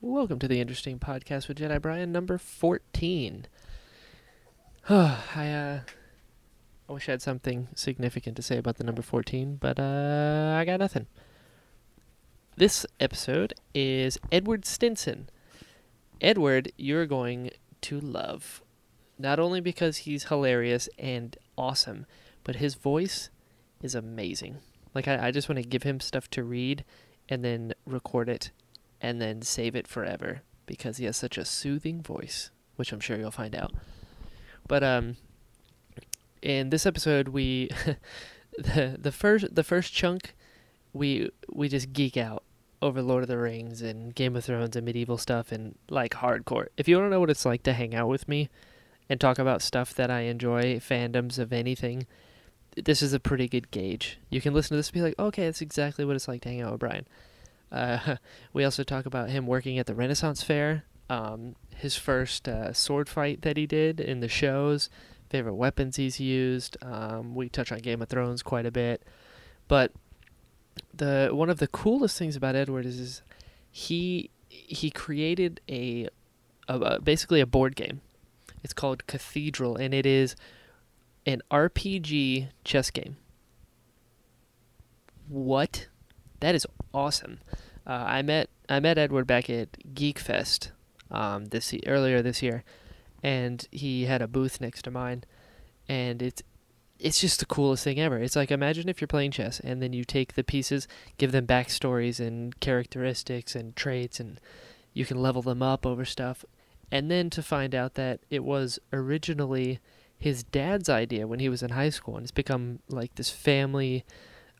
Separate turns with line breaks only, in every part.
Welcome to the Interesting Podcast with Jedi Brian, number 14. I, uh, I wish I had something significant to say about the number 14, but uh, I got nothing. This episode is Edward Stinson. Edward, you're going to love. Not only because he's hilarious and awesome, but his voice is amazing. Like, I, I just want to give him stuff to read and then record it and then save it forever because he has such a soothing voice, which I'm sure you'll find out. But um, in this episode, we the the first the first chunk, we we just geek out over Lord of the Rings and Game of Thrones and medieval stuff and like hardcore. If you want to know what it's like to hang out with me and talk about stuff that I enjoy, fandoms of anything, this is a pretty good gauge. You can listen to this and be like, okay, that's exactly what it's like to hang out with Brian. Uh, we also talk about him working at the Renaissance Fair, um, his first uh, sword fight that he did in the shows, favorite weapons he's used. Um, we touch on Game of Thrones quite a bit, but the one of the coolest things about Edward is, is he he created a, a, a basically a board game. It's called Cathedral, and it is an RPG chess game. What? That is awesome. Uh, I met I met Edward back at Geek Fest um, this e- earlier this year, and he had a booth next to mine, and it's it's just the coolest thing ever. It's like imagine if you're playing chess and then you take the pieces, give them backstories and characteristics and traits, and you can level them up over stuff, and then to find out that it was originally his dad's idea when he was in high school, and it's become like this family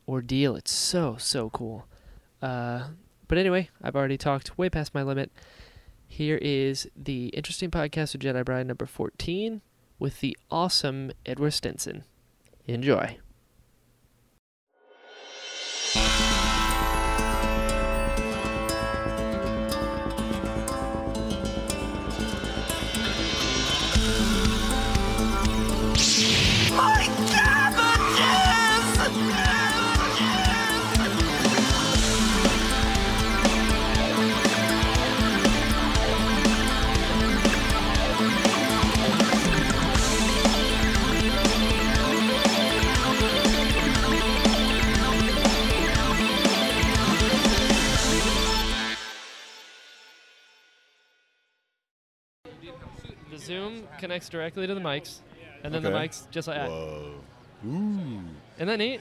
ordeal. It's so so cool. Uh, but anyway, I've already talked way past my limit. Here is the interesting podcast with Jedi Bride number 14 with the awesome Edward Stinson. Enjoy. The Zoom connects directly to the mics, and then the
Okay.
mics just like that.
Whoa. Ooh.
Isn't that neat?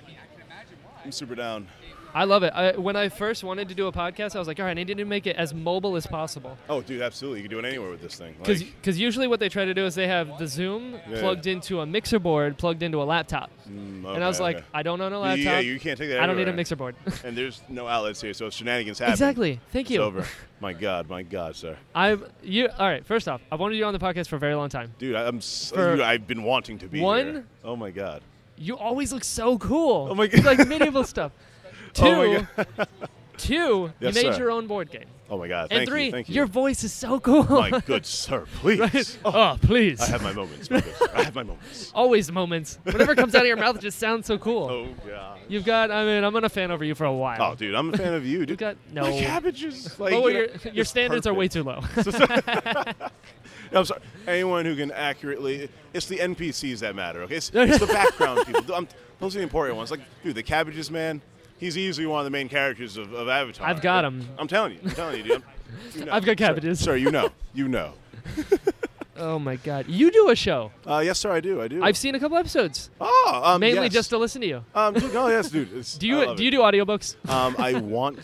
I'm super down.
I love it. I, when I first wanted to do a podcast, I was like, all right, I need to make it as mobile as possible.
Oh, dude, absolutely. You can do it anywhere with this thing.
Because
Like,
usually what they try to do is they have the Zoom
Yeah.
plugged into a mixer board, plugged into a laptop.
mm,
and I was
okay,
like,
okay.
I don't own a
Yeah,
laptop.
yeah, you can't take that.
I don't need a
everywhere.
mixer board.
And there's no outlets here, so if shenanigans happen.
exactly. Thank
It's
you.
over. My God, my God, sir,
I'm you. All right. First off, I've wanted you on the podcast for a very long time.
dude, I- I'm. So,
For
dude, I've been wanting to be
one-
here. Oh my God.
You always look so cool.
Oh my
You
God.
like medieval stuff. Two.
Oh my God.
Two.
Yes,
you made
sir.
your own board game.
Oh my God.
And
Thank
three.
you. Thank you.
Your voice is so cool.
my good sir, please. Oh,
oh, please.
I have my moments. My good sir. I have my moments.
always moments. Whatever comes out of your mouth just sounds so cool.
Oh God.
You've got. I mean, I'm gonna fan over you for a while.
Oh, dude, I'm a fan of you, dude.
got- no.
My cabbages. Like,
Lower
you know,
your, your
it's
standards are
perfect.
way too low.
No, I'm sorry. Anyone who can accurately, it's the NPCs that matter. Okay, it's, it's the background people. I'm, those are the important ones. Like, dude, the cabbages man. He's easily one of the main characters of, of Avatar.
I've got him.
I'm telling you. I'm telling you, dude. I'm- you know.
I've got
Sir-
cabbages.
Sir, you know. You know.
oh my god, you do a show.
Uh, yes, sir. I do. I do.
I've seen a couple episodes,
Oh, um,
mainly
yes.
just to listen to you.
Um, dude, oh yes, dude. It's,
Do
I
you
love
do
it.
you do audiobooks?
Um, I want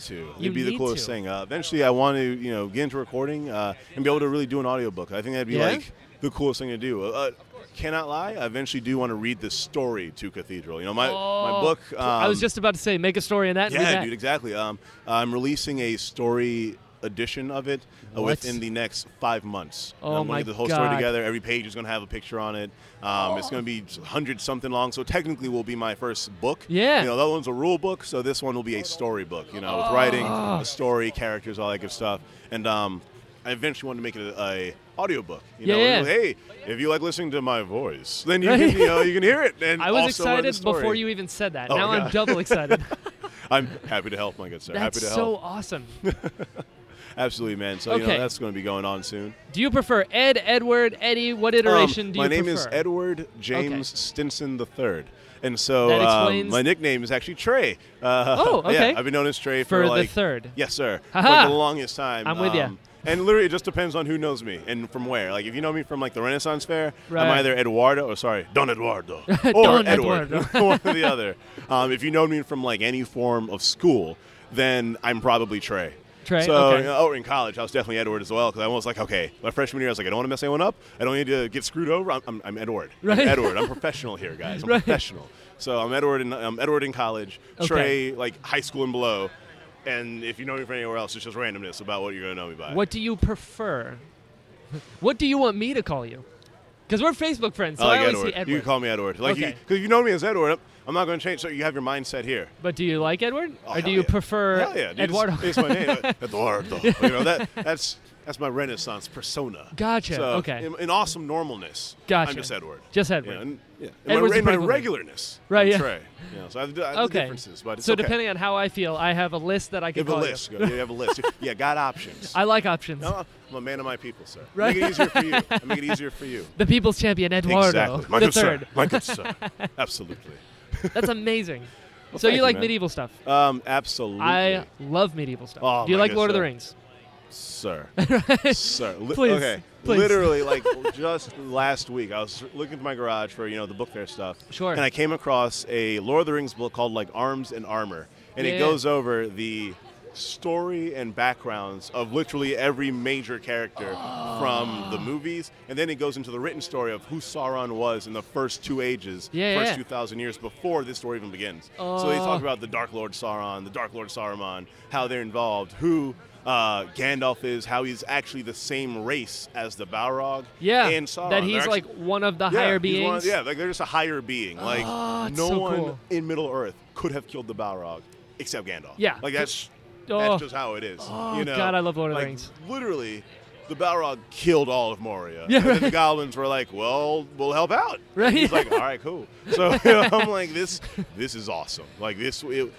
to.
You
It'd be
need
the coolest
to.
thing. Uh, eventually, I want to, you know, get into recording uh, and be able to really do an audiobook. I think that'd be
Yeah?
like the coolest thing to do. Uh, Uh, cannot lie. I eventually do want to read the story to Cathedral. You know, my my
Oh,
book. Um,
I was just about to say, make a story in that. and do
yeah,
that.
dude, exactly. Um, I'm releasing a story edition of it uh,
What?
within the next five months. And
Oh
I'm
my
gonna get the whole
God.
story together. Every page is gonna have a picture on it. Um, It's gonna be hundred something long. So technically, will be my first book.
Yeah.
You know, that one's a rule book. So this one will be a story book. You know, with writing,
Ah.
a story, characters, all that good stuff. And um, I eventually want to make it a, a audiobook. You know,
Yeah,
and,
yeah.
hey, if you like listening to my voice, then you
Right.
can, you know, you can hear it. And
I was
also learn the
excited before
story.
you even said that.
Oh
now
my
I'm
God.
double excited.
I'm happy to help, my good sir.
That's
happy to
so
help.
awesome.
absolutely, man. So you
Okay.
know that's going to be going on soon.
Do you prefer Ed, Edward, Eddie? What iteration
Um,
do you
my
prefer?
name is Edward James Stinson the Third, and so
That
um,
explains-
my nickname is actually Trey. Uh,
Oh, okay.
Yeah, I've been known as Trey
For
for,
the
like
third.
Yes, sir.
Ha-ha.
For the longest time. Um,
I'm with ya.
And literally, it just depends on who knows me and from where. Like, if you know me from like the Renaissance Fair, I'm
Right.
either Eduardo or sorry, Don Eduardo, or
Don
Edward,
Eduardo.
one or the other. Um, if you know me from like any form of school, then I'm probably Trey.
Trey,
So,
okay.
you know, oh, in college, I was definitely Edward as well because I was like, okay, my freshman year, I was like, I don't want to mess anyone up. I don't need to get screwed over. I'm, I'm, I'm Edward.
Right.
I'm Edward. I'm professional here, guys. I'm
Right.
professional. So I'm Edward. In, I'm Edward in college.
Okay.
Trey, like high school and below. And if you know me from anywhere else, it's just randomness about what you're gonna know me by.
What do you prefer? what do you want me to call you? Because we're Facebook friends, so
I like
always
Edward.
see Edward.
You can call me Edward. Like you,
Okay.
because you know me as Edward. I'm, I'm not gonna change. So you have your mindset here.
but do you like Edward,
Oh,
or
hell
do you
yeah.
prefer
Hell yeah, dude, it's-
Eduardo?
It's, my name, uh, Eduardo. You know that that's that's my Renaissance persona.
Gotcha,
So,
okay.
In, in awesome normalness.
Gotcha.
I'm just Edward.
Just
Yeah,
Edward.
and, yeah. In
Edward's a
my, in
pretty
my
cool
regularness.
Right,
I'm
yeah.
Trey. Yeah. So I have, the- I have
okay.
the differences, but it's
so
okay.
depending on how I feel, I have a list that I
You
can
have a
call
list.
you.
You have a list. yeah, got options.
I like options.
No, I'm a man of my people, sir.
Right.
Make it easier for you. I make it easier for you.
The People's Champion Eduardo
Exactly. My
the
good
third.
sir. My good sir. Absolutely.
That's amazing. so
thank
you
you,
like
man.
medieval stuff?
Um, absolutely.
I love medieval stuff.
Oh,
do you
my
like Lord of the
goodness,
Rings?
sir. sir. Li-
Please,
Okay.
please.
Literally, like just last week, I was looking at my garage for you know the book fair stuff.
Sure.
And I came across a Lord of the Rings book called like Arms and Armor, and
Yeah.
it goes over the story and backgrounds of literally every major character from the movies and then it goes into the written story of who Sauron was in the first two ages
Yeah,
first
yeah.
2000 years before this story even begins so they
Oh.
talk about the Dark Lord Sauron, the Dark Lord Saruman, how they're involved, who uh, Gandalf is, how he's actually the same race as the Balrog.
Yeah.
and Sauron.
that he's
They're
like
actually-
one of the
yeah,
higher
he's
beings.
one of- yeah, like they're just a higher being. Like
Oh, it's
no
so
one
cool.
in Middle Earth could have killed the Balrog except Gandalf.
Yeah,
like that's
oh.
that's just how it is.
Oh,
you know?
God, I love Lord of the
Like,
Rings.
Literally. The Balrog killed all of Moria.
Yeah,
and then the goblins were like, "Well, we'll help out."
Right,
He's
yeah.
like, "All right, cool." So you know, I'm like, "This, this is awesome. Like this, it,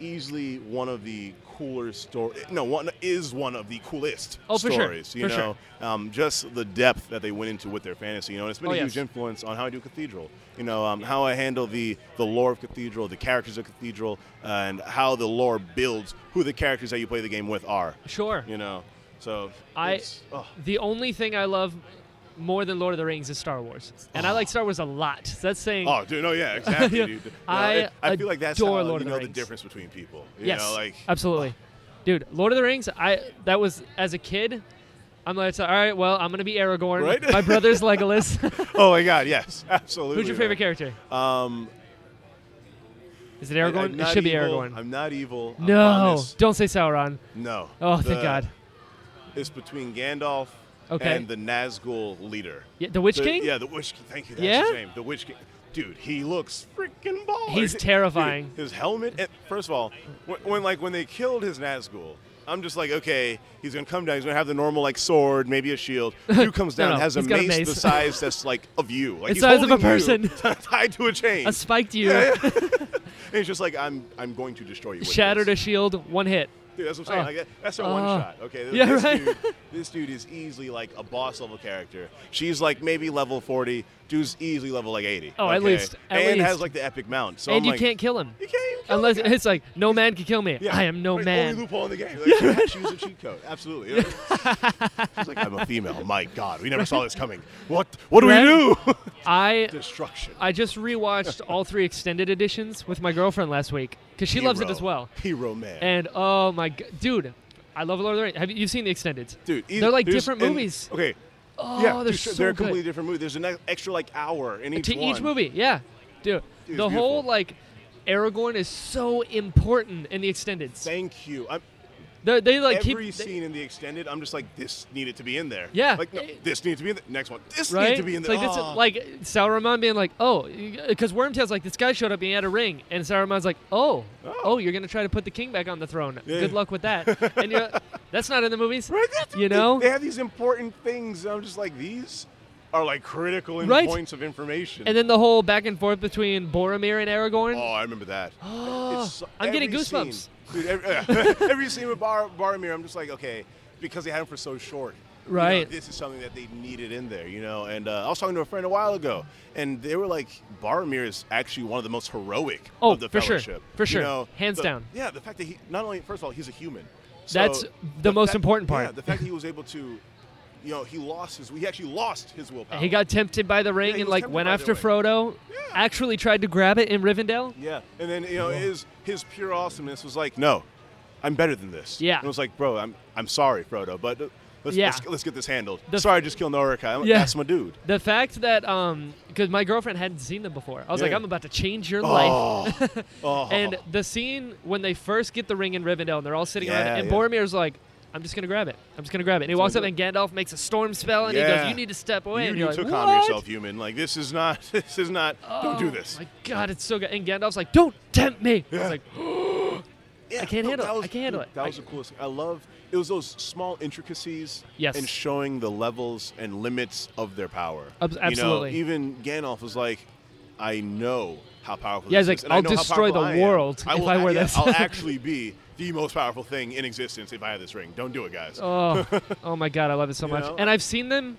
easily one of the cooler story. No, one is one of the coolest
Oh, for sure,
stories. You
for
know, um, just the depth that they went into with their fantasy. You know, and it's been
Oh,
a
yes.
huge influence on how I do Cathedral. You know, um, how I handle the the lore of Cathedral, the characters of Cathedral, uh, and how the lore builds who the characters that you play the game with are.
Sure.
You know, so
I-
it's- oh,
The only thing I love more than Lord of the Rings is Star Wars, and I like Star Wars a lot. So that's saying
oh, dude, no, yeah, exactly,
Yeah.
dude. No,
I
I feel like that's
adore
how
Lord of
you
the
know
Rings.
the difference between people. You
yes,
know, like
absolutely, dude. Lord of the Rings. I that was as a kid. I'm like, all right, well, I'm gonna be Aragorn.
Right?
My brother's Legolas.
oh my god, yes, absolutely.
Who's your
man.
favorite character?
Um,
Is it
I-
Aragorn?
I'm
It
not
should be
evil.
Aragorn.
I'm not evil. I
no,
promise.
don't say Sauron.
no.
Oh, thank
The-
God.
It's between Gandalf
Okay.
and the Nazgul leader.
Yeah, the Witch
The-
King.
Yeah, the Witch King. Thank you. That's
Yeah?
his name. The Witch King. Dude, he looks freaking baller.
He's
Dude,
terrifying.
his helmet. and- first of all, when, when like when they killed his Nazgul, I'm just like, okay, he's gonna come down. He's gonna have the normal like sword, maybe a shield. Who comes
No,
down
no,
has a
he's got a
mace, the
mace.
size that's like of you. Like
It's
he's
size of a
holding you tied to a chain.
A spiked you,
Yeah, yeah. and he's just like, I'm, I'm going to destroy you. With
shattered a
this.
shield, one hit.
Dude, that's what I'm saying.
Oh.
Like, that- that's a
Oh.
one shot. Okay. th-
Yeah,
this,
right.
dude, this dude is easily like a boss level character. She's like maybe level 40. Dude's easily level like 80.
Oh, at
okay?
least, at
and has
least.
like the epic mount. So
and
I'm
you
like,
can't kill him
Oh You can't even kill
unless
the guy.
it's like no man can kill me.
Yeah.
I am no
Right,
man.
Only loophole in the game. Like, she had to use a cheat code. Absolutely. You know? She's like, I'm a female. My God, we never saw this coming. What? What do
Right?
we do?
I
Destruction.
I just rewatched all three extended editions with my girlfriend last week because she loves it
Hero.
as well.
Hero man.
And oh my g- dude, I love Lord of the Rings. Have you you've seen the extendeds?
dude.
they're
either-
like
there's-
different
and-
movies.
Okay.
Oh,
yeah,
they're
dude,
so
they're a
good.
completely different movie. There's an ex- extra like hour in each
to
one.
each movie. Yeah, dude,
Dude,
the
it's
whole
beautiful.
like Aragorn is so important in the extendeds.
Thank you. I'm,
They, they like keep
every
they-
scene in the extended, I'm just like, this needed to be in there.
Yeah.
Like, no, this needed to be in the next one. This
right.
needed to be in
It's
there.
like this,
Ah.
like Sauron being like, oh, because Wormtail's like this guy showed up and he had a ring, and Sauron's like, oh, oh,
Oh.
you're gonna try to put the king back on the throne.
Yeah.
Good luck with that. and you're, that's not in the movies.
Right, that's-
you know?
they, they have these important things. and I'm just like, these are like critical in
Right.
points of information.
And then the whole back and forth between Boromir and Aragorn.
oh, I remember that.
Oh,
It's so-
I'm getting
every
goosebumps.
scene. Dude, every, every scene with Bar- Baromir, I'm just like, okay, because they had him for so short. You know,
Right.
this is something that they needed in there, you know. And uh, I was talking to a friend a while ago, and they were like, Boromir is actually one of the most heroic
Oh,
of the
for sure.
Fellowship.
For
You
sure.
know,
Hands
the-
down.
Yeah, the fact that he not only first of all he's a human. So
That's the most
fact-
important part.
Yeah, the fact that he was able to, you know, he lost his. He actually lost his willpower.
He got tempted by the ring
he
and
was
like
tempted
went
by the
after
ring.
Frodo. Actually tried to grab it in Rivendell.
Yeah, and then you know his his pure awesomeness was like, no, I'm better than this.
Yeah.
and it was like, bro, I'm I'm sorry, Frodo, but uh, let's
Yeah.
let's, let's get this handled.
The-
sorry, I just killed Norica. I'm,
Yeah.
That's my dude.
The fact that um, because my girlfriend hadn't seen them before, I was like,
Yeah.
I'm about to change your life.
Oh, oh.
And the scene when they first get the ring in Rivendell and they're all sitting around,
Yeah,
and
yeah.
Boromir's like, I'm just gonna grab it. I'm just gonna grab it. And he
That's
walks up,
what I
and Gandalf makes a storm spell, and he goes,
Yeah.
"You need to step away."
you
and
need
you're
to
like,
calm
"What?"
yourself, human. Like this is not. This is not. don't do
Oh,
this.
My God, it's so good. And Gandalf's like, "Don't tempt me." I was like,
Yeah,
can't handle
that
it.
was-
I can't handle
dude,
it.
That
I-
was the coolest. thing. I love. It was those small intricacies.
Yes.
And showing the levels and limits of their power.
Ab-
You know,
absolutely.
even Gandalf was like, "I know how powerful."
Yeah,
this
he's like,
is, and I
"I'll
know how
destroy
powerful
the
I am.
world
I
if
will
I
a-
wear
yeah,
this."
I'll actually be the most powerful thing in existence if I have this ring. Don't do it, guys.
"Oh, oh my God, I love it so
You
much."
know?
And I've seen them.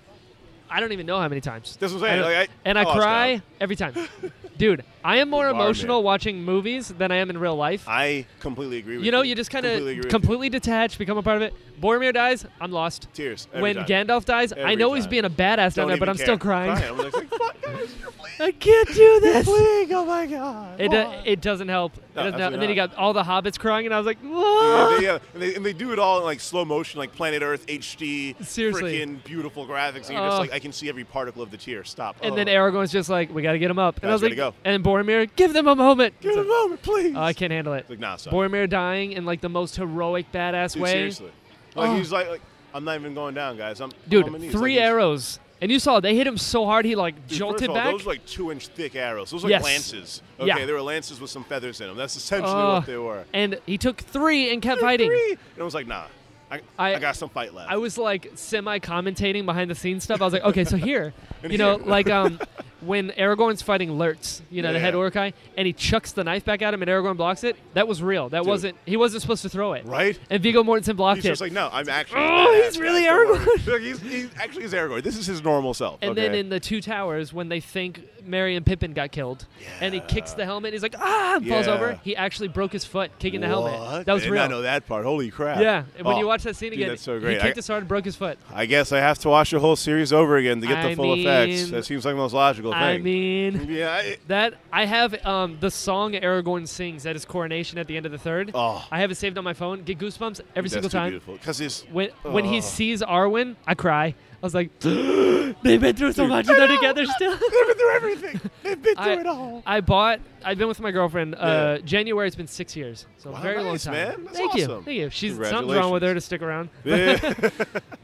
I don't even know how many times.
That's what I'm saying,
And,
like, I- Oh,
and I,
I lost
cry
count.
every time, dude. I am more
Barman.
emotional watching movies than I am in real life.
I completely agree with you.
you know, you just kind of
Completely agree
completely,
with you.
detached, become a part of it. Boromir dies, I'm lost.
Tears. every
When
time.
Gandalf dies, I
Every
know he's
time.
being a badass down
Don't
there, but
even
I'm
care.
still crying.
I'm like, fuck guys, you're bleeding.
I can't do this.
Oh my god.
It, do- it doesn't help. It
No,
doesn't help.
absolutely
And then you
not.
got all the hobbits crying, and I was like,
Yeah,
"Whoa."
they, yeah, and, they, and they do it all in like slow motion, like Planet Earth HD,
Seriously.
freaking beautiful graphics. And you're just
Oh.
like, I can see every particle of the tear. Stop.
And
oh.
then Aragorn's just like, "We got to get him up." And I was
Guys,
like,
gotta go.
"And Boromir, give them a moment."
give
It's
it a
like,
moment, please.
"Oh, I can't handle it.
Like, nah, son.
Boromir dying in like the most heroic, badass
Dude,
way.
seriously. Like
Oh.
he's like, like, I'm not even going down, guys. I'm I'm on my
Dude,
knees.
three
like, he's-
arrows, and you saw they hit him so hard he like
Dude,
jolted
first of all,
back.
Those were like two-inch thick arrows. Those were like
Yes.
lances. Okay,
Yeah.
they were lances with some feathers in them. That's essentially
Oh.
what they were.
and he took three and kept fighting.
Three. And I was like, nah, I,
I-
I, got some fight left.
I was like semi commentating behind the scenes stuff. I was like, okay, so here,
And
you know,
here.
like um, when Aragorn's fighting Lurtz, you know, the head
Yeah.
Orcai, and he chucks the knife back at him, and Aragorn blocks it. That was real. That
Dude.
wasn't. He wasn't supposed to throw it.
right.
And Viggo Mortensen blocked
He's
it.
just like, no, I'm actually.
Oh,
badass,
he's really
guys, don't worry."
Aragorn.
Like, he's, he's actually he's Aragorn. This is his normal self.
and
okay?
then in the Two Towers, when they think Merry and Pippin got killed, and he kicks the helmet, he's like, ah, and falls
Yeah.
over. He actually broke his foot kicking the helmet.
What?
That was
I did
real.
not know that part. Holy crap!
Yeah, and when
Oh,
you watch that scene
dude,
again,
that's so great.
he
I,
kicked his hard and broke his foot.
I guess I have to watch the whole series over again to get
I
the full
mean-
effects. That seems like the most logical thing.
I mean,
yeah. I,
That I have um, the song Aragorn sings at his coronation at the end of the third.
oh,
I have it saved on my phone. Get goosebumps every single time.
Because it's
When when he
Oh.
sees Arwen, I cry. I was like, they've been through so
Dude.
much and they're together still.
they've been through everything. They've been through
I-
it all.
I bought. I've been with my girlfriend. Uh, January. It's been six years, so
Wow,
very
nice,
long time.
man. That's
Thank you.
awesome.
Thank you. She's something's wrong with her to stick around.
Yeah.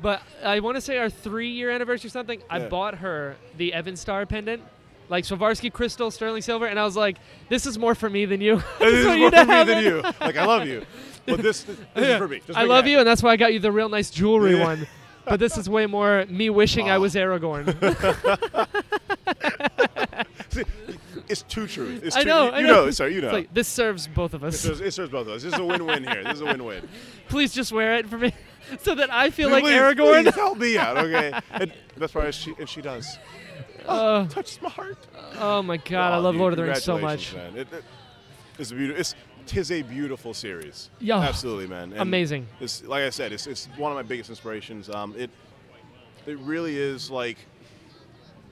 But I want to say our three-year anniversary or something. I
Yeah.
bought her the Evan Star pendant, like Swarovski crystal, sterling silver, and I was like, "This is more for me than you.
this is
want
more
to
for me
have
than
it.
you. Like I love you, but this this is for me. Just
I
make it
love you,
happen.
and that's why I got you the real nice jewelry
Yeah.
one. But this is way more me wishing I
Oh.
was Aragorn.
It's two truth. It's
I
two-
know,
You,
I
you
know.
Sorry, you know.
It's like this serves both of
it,
us.
serves, it serves both of us. This is a win-win here. This is a win-win.
Please just wear it for me, so that I feel like
please,
Aragorn.
please help me out, okay? And best part is she, and she does.
Oh,
Touches my heart.
oh my God, I
Wow,
love
dude,
Lord of the Rings so much.
congratulations, Man. It, it- it's a beautiful. It's tis a beautiful series.
Yeah.
absolutely, man. And
Amazing.
It's like I said. It's, it's one of my biggest inspirations. Um, it it really is like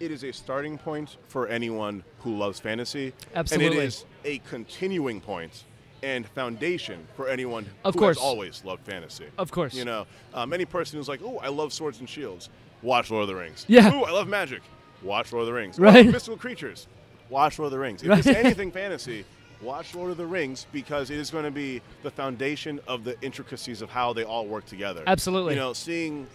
it is a starting point for anyone who loves fantasy.
Absolutely.
and it is a continuing point and foundation for anyone
Of
who
course.
has always loved fantasy.
Of course.
you know, um, any person who's like, "Oh, I love swords and shields," watch Lord of the Rings.
Yeah.
"Ooh, I love magic." Watch Lord of the Rings. "I
Right.
love mystical creatures. Watch Lord of the Rings. If
Right.
it's anything fantasy, watch Lord of the Rings because it is going to be the foundation of the intricacies of how they all work together.
Absolutely.
You know, seeing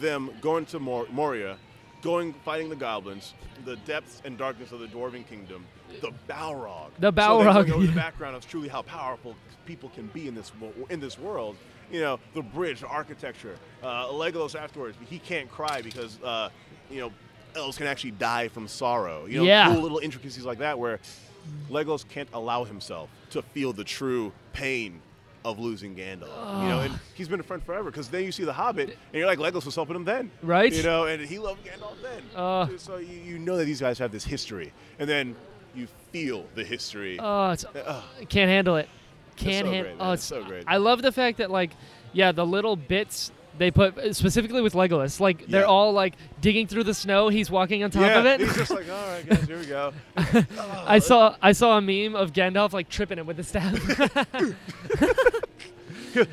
them going to Mor- Moria, going fighting the goblins, the depths and darkness of the Dwarven Kingdom, the Balrog.
The
So they're
Balrog,
going over
yeah.
the background of truly how powerful people can be in this wo- in this world. You know, the bridge, the architecture, uh, Legolas afterwards. He can't cry because uh, you know elves can actually die from sorrow. You know,
Yeah.
cool little intricacies like that where Legos can't allow himself to feel the true pain of losing Gandalf. You know, and he's been a friend forever. Because then you see the Hobbit, and you're like, Legolas was helping him then,
Right. Uh.
You know, and he loved Gandalf then.
Ugh.
so you, you know that these guys have this history, and then you feel the history.
Oh, it's,
Ugh.
can't handle it. Can't
so
handle.
great, man.
oh,
It's so great.
I love the fact that like, yeah, the little bits they put uh, specifically with Legolas, like they're
Yeah.
all like digging through the snow. He's walking on top
yeah,
of it.
he's just like, all right, guys, here we go.
I saw I saw a meme of Gandalf like tripping him with the staff.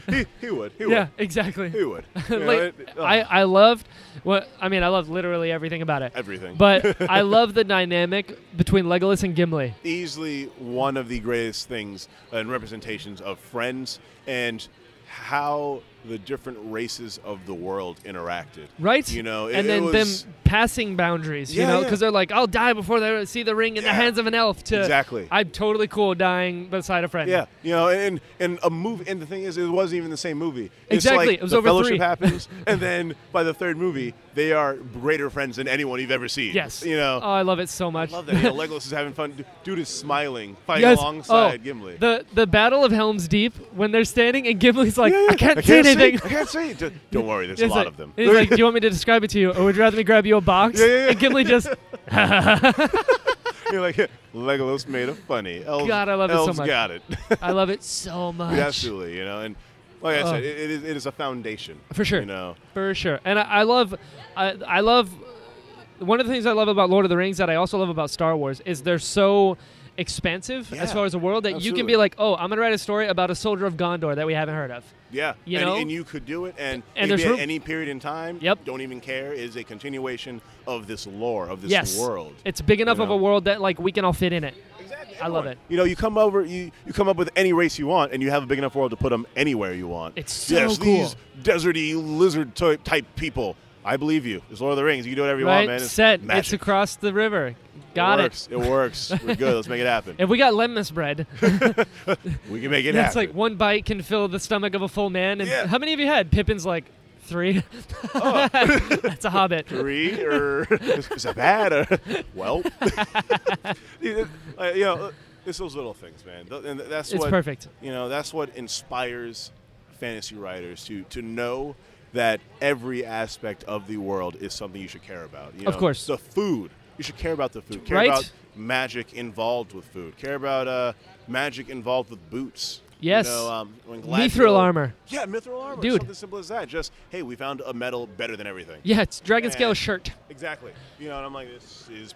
he, he would. He would.
yeah, exactly.
He would. You know,
like,
it- ugh,
I I loved what I mean. I loved literally everything about it.
everything.
But I love the dynamic between Legolas and Gimli.
easily one of the greatest things and representations of friends and how the different races of the world interacted.
Right,
You know, it,
and then
it was
them passing boundaries, you
Yeah,
know,
yeah.
because they're like, "I'll die before they see the ring in the
Yeah.
hands of an elf." To
Exactly.
I'm totally cool dying beside a friend.
Yeah, you know, and and a movie, and the thing is, it wasn't even the same movie. It's
Exactly,
like
it was
the
over
Fellowship
three.
happens, and then by the third movie, they are greater friends than anyone you've ever seen.
Yes.
you know,
Oh, I love it so much.
love that. You know, Legolas is having fun. Dude is smiling, fighting
Yes.
alongside
oh,
Gimli.
The the Battle of Helm's Deep when they're standing and Gimli's like,
Yeah, yeah,
I can't see anything.
I can't see. D- Don't worry, there's a
It's
lot
like-
of them.
He's like, "Do you want me to describe it to you, or would you rather me grab you a box?"
Yeah, yeah, yeah.
And Gimli just,
You're like, Legolas made it funny. Elves,
God, I love it so
elves
much.
got it.
I love it so much.
Absolutely, you know, and like I
Oh.
said, it, it, is, it is a foundation.
For sure.
You know,
For sure. And I, I love, I, I love, one of the things I love about Lord of the Rings that I also love about Star Wars is they're so expansive
Yeah,
as far as the world that you can
absolutely.
be like, oh, I'm going to write a story about a soldier of Gondor that we haven't heard of.
yeah,
You
and,
know?
and you could do it, and,
And
maybe
there's room-
at any period in time.
Yep.
Don't even care. It is a continuation of this lore of this
yes.
world.
It's big enough
you
of
know?
a world that like we can all fit in it.
Exactly.
I love
everyone.
it.
You know, you come over, you, you come up with any race you want, and you have a big enough world to put them anywhere you want.
It's so
yes,
cool.
these deserty lizard type, type people. I believe you. It's Lord of the Rings. You can do whatever you
right?
want, man. It's
Set. It's
Magic.
across the river. Got
it
it.
works. It works. We're good. Let's make it happen.
If we got lemmas bread,
We can make it
that's like
happen.
one bite can fill the stomach of a full man. And
Yeah. Oh.
how many of you had? Pippin's like three. that's a hobbit.
three or is, is that bad? Or, well, uh, you know, it's those little things, man. Th- And that's
It's
what
perfect.
You know, that's what inspires fantasy writers to to know that every aspect of the world is something you should care about. You
Of
know,
course.
the food you should care about the food. Care
Right?
about magic involved with food. Care about uh, magic involved with boots.
Yes.
You know, um, when
Mithril
Galadriel-
armor.
Yeah, mithril armor.
Dude.
Something simple as that. Just, hey, we found a metal better than everything.
Yeah, it's dragon scale
And-
shirt.
Exactly. You know, and I'm like, this is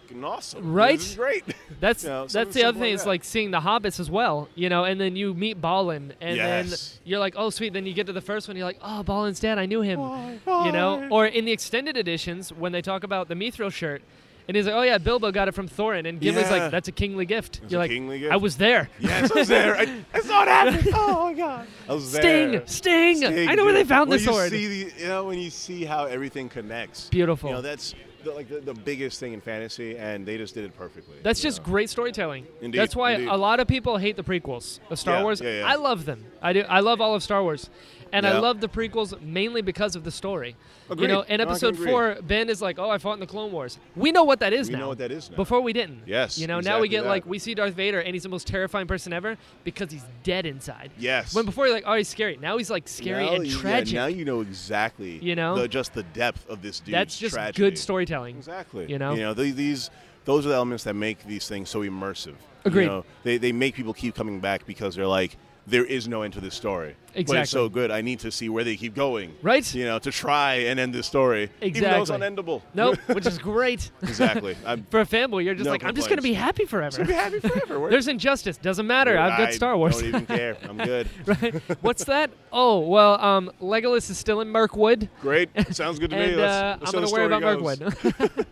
fucking awesome.
Right?
This is great.
That's
You know,
that's
something
the other thing.
simple like
It's
that.
like seeing the hobbits as well, you know. And then you meet Balin, and
Yes.
then you're like, oh sweet. Then you get to the first one, you're like, oh Balin's dead. I knew him, you know. Or in the extended editions, when they talk about the Mithril shirt, and he's like, oh yeah, Bilbo got it from Thorin, and Gimli's
Yeah.
like, that's a kingly gift.
It's
you're
a
like,
kingly gift.
I was there.
yes, I was there. I, I saw it happen. Oh my god. I was
Sting,
there.
sting,
Sting,
I know where they
dude.
found
when
the
you
sword.
See the, you know, when you see how everything connects.
Beautiful.
You know, that's the, like the, the biggest thing in fantasy, and they just did it perfectly.
That's
you
just
know?
great storytelling.
Indeed,
That's why
indeed.
a lot of people hate the prequels of Star
Yeah,
Wars.
yeah, yeah.
I love them. I do. I love all of Star Wars, and I
Yeah.
love the prequels mainly because of the story.
Agreed.
You know, in
No, I can
Episode
agree.
Four, Ben is like, "Oh, I fought in the Clone Wars." We know what that is
We
now.
know what that is now.
Before we didn't.
Yes,
You know, now we
exactly
get
that.
like we see Darth Vader, and he's the most terrifying person ever because he's dead inside.
Yes.
When before you're like, "Oh, he's scary." Now he's like scary
Now
and
you- yeah,
tragic.
now you know exactly.
You know?
the, just the depth of this dude's
That's just
tragedy.
good storytelling.
Exactly.
You know?
You know, the- these those are the elements that make these things so immersive.
Agreed.
You know, they they make people keep coming back because they're like, there is no end to this story. But
Exactly.
it's so good. I need to see where they keep going.
Right?
You know, to try and end this story. Even though it's
Exactly.
unendable.
Nope, which is great.
exactly. I'm
For a fanboy, you're just
No
like, I'm just gonna
complaints.
be happy forever.
be happy forever. We're-
There's injustice. Doesn't matter. I've got
I
Star Wars.
Don't even care. I'm good.
right? What's that? Oh, well, um, Legolas is still in Mirkwood,
Great. Sounds good to me.
and
Let's-
uh,
let's
I'm
see
gonna
how
worry
the
about
story goes.
Mirkwood.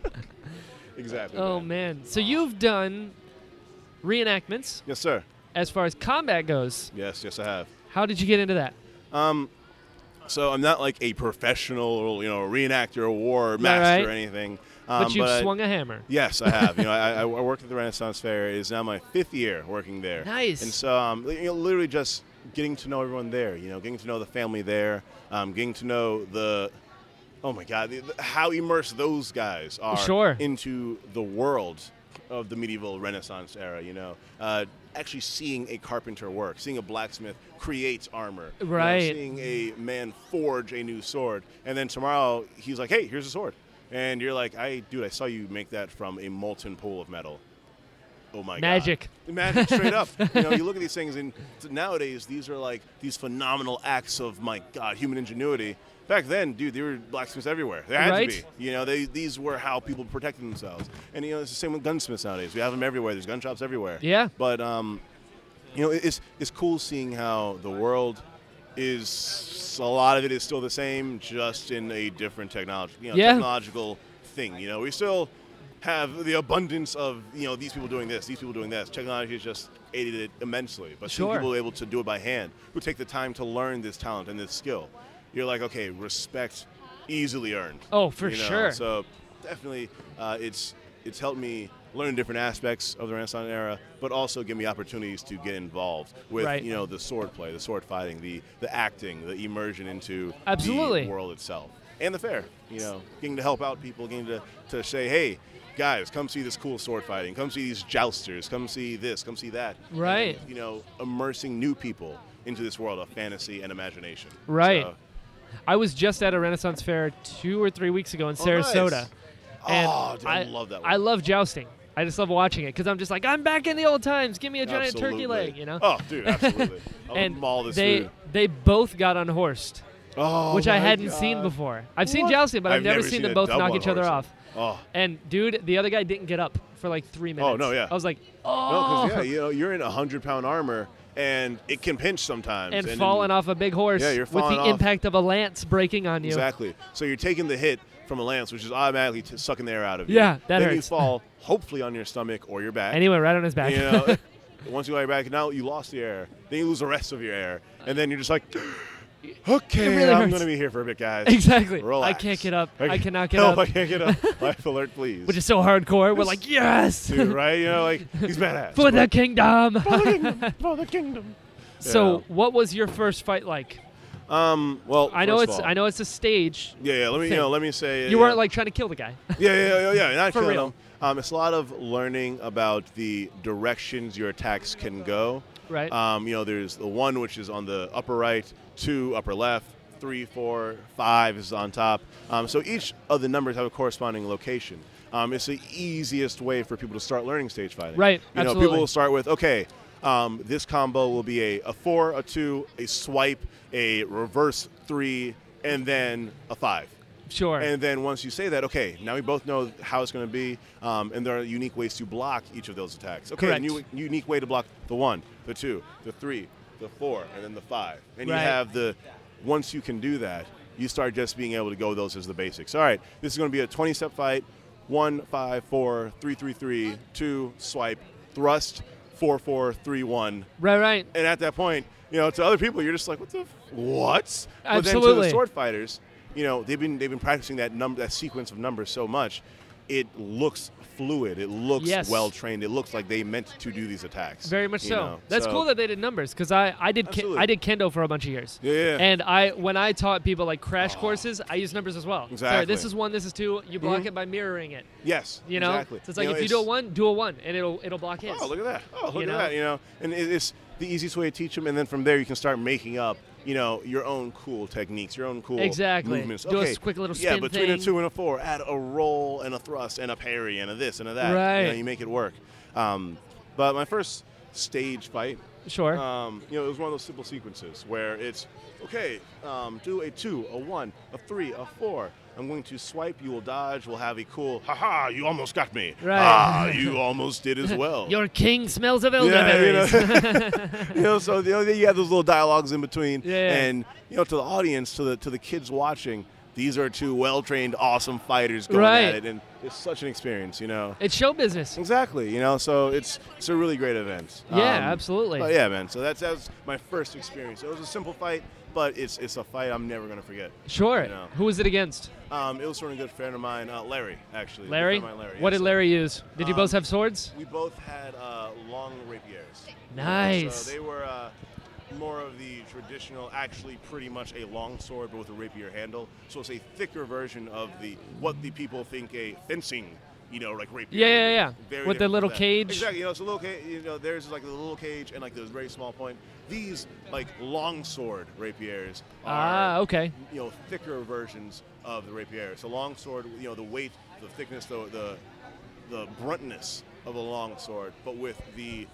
Exactly.
oh man! So you've done reenactments
Yes, sir.
as far as combat goes.
Yes, yes, I have.
How did you get into that?
So I'm not like a professional, you know, reenactor or war master
right.
or anything. Um,
But you've swung a hammer.
Yes, I have. you know, I, I worked at the Renaissance Fair. It is now my fifth year working there.
Nice.
And so, um, li- you know, literally just getting to know everyone there. You know, getting to know the family there. Um, getting to know the, oh my God, the, the- how immersed those guys are
Oh, Sure.
into the world of the medieval Renaissance era. You know, uh, actually seeing a carpenter work, seeing a blacksmith create armor, you know,
Right.
seeing a man forge a new sword, and then tomorrow he's like, "Hey, here's a sword," and you're like, "I, dude, I saw you make that from a molten pool of metal." Oh my
Magic.
god! Magic, straight up. You know, you look at these things, and t- nowadays these are like these phenomenal acts of my god, human ingenuity. Back then, dude, there were blacksmiths everywhere. They had
Right?
to be. You know, they, these were how people protected themselves. And you know, it's the same with gunsmiths nowadays. We have them everywhere. There's gun shops everywhere.
Yeah.
But um, you know, it's it's cool seeing how the world is a lot of it is still the same, just in a different technology, you know,
Yeah.
technological thing. You know, we still have the abundance of you know these people doing this, these people doing this. Technology has just aided it immensely, but seeing
Sure.
people able to do it by hand, who take the time to learn this talent and this skill, you're like, okay, respect easily earned.
Oh, for
you know?
sure.
So definitely, uh, it's it's helped me learn different aspects of the Renaissance era, but also give me opportunities to get involved with
Right.
you know the sword play, the sword fighting, the the acting, the immersion into
Absolutely.
the world itself, and the fair. You know, getting to help out people, getting to to say, hey. Guys, come see this cool sword fighting. Come see these jousters. Come see this. Come see that.
Right.
And, you know, immersing new people into this world of fantasy and imagination.
Right.
So-
I was just at a Renaissance fair two or three weeks ago in
Oh, nice.
Sarasota. And
oh, dude, I, love that. One.
I love jousting. I just love watching it because I'm just like, I'm back in the old times. Give me a giant turkey
Absolutely.
leg, you know.
Oh, dude, absolutely. I
and
and all this
they
food.
they both got unhorsed,
Oh,
which I
my
hadn't seen
God.
before. I've seen
What?
jousting, but I've,
I've
never,
never
seen,
seen
them
a
both
double
knock each other
unhorsed.
off.
Oh.
And dude, the other guy didn't get up for like three minutes.
Oh, no, yeah.
I was like,
No,
oh,
'cause, yeah, you know, you're in a hundred pound armor, and it can pinch sometimes.
and,
then-
falling off a big horse
Yeah, you're
with the
falling off.
impact of a lance breaking on you.
Exactly. So you're taking the hit from a lance, which is automatically t- sucking the air out of you.
Yeah, that
then you
hurts.
fall, hopefully, on your stomach or your back.
Anyway, right on his back.
You know, once you lie back, now you lost the air. Then you lose the rest of your air, and then you're just like, okay,
really
I'm
hurts.
gonna be here for a bit, guys.
Exactly.
Relax.
I can't get up. I,
Okay.
cannot get
Help! I
up.
can't get up. Life alert, please.
Which is so hardcore. We're like, yes,
Dude, right? You know, like he's badass.
for the kingdom.
for the kingdom, for the kingdom.
so, what was your first fight like?
Um. Well,
I know
first
it's
of all-
I know it's a stage.
Yeah, yeah. Let me. You
thing.
know, let me say. uh,
You weren't like trying to kill the guy.
Yeah, yeah, yeah. yeah not
For
killing
real.
them. Um, it's a lot of learning about the directions your attacks can go.
Right.
Um, you know, there's the one which is on the upper right, two upper left, three, four, five is on top. Um, so each of the numbers have a corresponding location. Um, it's the easiest way for people to start learning stage fighting.
Right,
You know,
absolutely.
people will start with okay. Um, this combo will be a, a four, a two, a swipe, a reverse three, and then a five.
sure.
And then once you say that, okay, now we both know how it's going to be, um, and there are unique ways to block each of those attacks. Okay,
Correct.
new, unique way to block the one, the two, the three, the four, and then the five. And
Right.
you have the once you can do that, you start just being able to go those as the basics. All right, this is going to be a 20 step fight. One, five, four, three, three, three, two, swipe, thrust, four, four, three, one,
right, right.
and at that point, you know, to other people, you're just like, what the f- what? But then to
Absolutely.
the sword fighters, you know, they've been they've been practicing that number that sequence of numbers so much, it looks fluid. It looks
Yes.
well trained. It looks like they meant to do these attacks.
Very much
you
so.
know.
That's
So-
cool that they did numbers because I I did ki-
Absolutely.
I did kendo for a bunch of years.
Yeah, yeah.
And I when I taught people like crash courses, I used numbers as well. Sorry, this
Exactly.
is one. This is two. You block it by mirroring it.
yes,
You know.
exactly.
So it's like
know,
if you do a one, do a one, and it'll it'll block his.
Oh, look at that. Oh, look
You
at
know?
that. You know, and it, it's the easiest way to teach them. And then from there, you can start making up, you know, your own cool techniques, your own cool
Exactly.
movements.
Do a
okay.
s- quick little
Yeah,
spin
between
thing.
a two and a four, add a roll and a thrust and a parry and a this and a that. You, know,
Right.
you make it work. Um, but my first stage fight
Sure.
um, you know, it was one of those simple sequences where it's okay, um, do a two, a one, a three, a four. I'm going to swipe. You will dodge. We'll have a cool. Ha ha! You almost got me.
Right.
Ah, you almost did as well.
Your king smells of
you know,
elderberries.
you know, so you, know, you have those little dialogues in between,
Yeah.
and you know, to the audience, to the to the kids watching, these are two well-trained, awesome fighters going
Right.
at it, and it's such an experience, you know.
it's show business.
Exactly, you know, so it's it's a really great event. Um,
Yeah, absolutely.
But yeah, man. So that's that's my first experience. It was a simple fight, but it's it's a fight I'm never gonna forget.
Sure.
You know.
Who was it against?
Um, it was from a good friend of mine, uh, Larry, actually. Good
Larry?
friend of mine, Larry.
What
yes.
did Larry use? Did you both
Um,
have swords?
We both had uh, long rapiers.
Nice.
So they were uh, more of the traditional, actually pretty much a long sword, but with a rapier handle. So it's a thicker version of the what the people think a fencing you know, like rapier.
Yeah, yeah, yeah.
It's very
With the
different
little
from that.
cage.
Exactly. You know, it's a little cage. You know, there's like the little cage and like those very small point. These like long sword rapiers are
Ah, okay.
you know thicker versions of the rapier. So long sword, you know, the weight, the thickness, the the, the bruntness of a long sword, but with the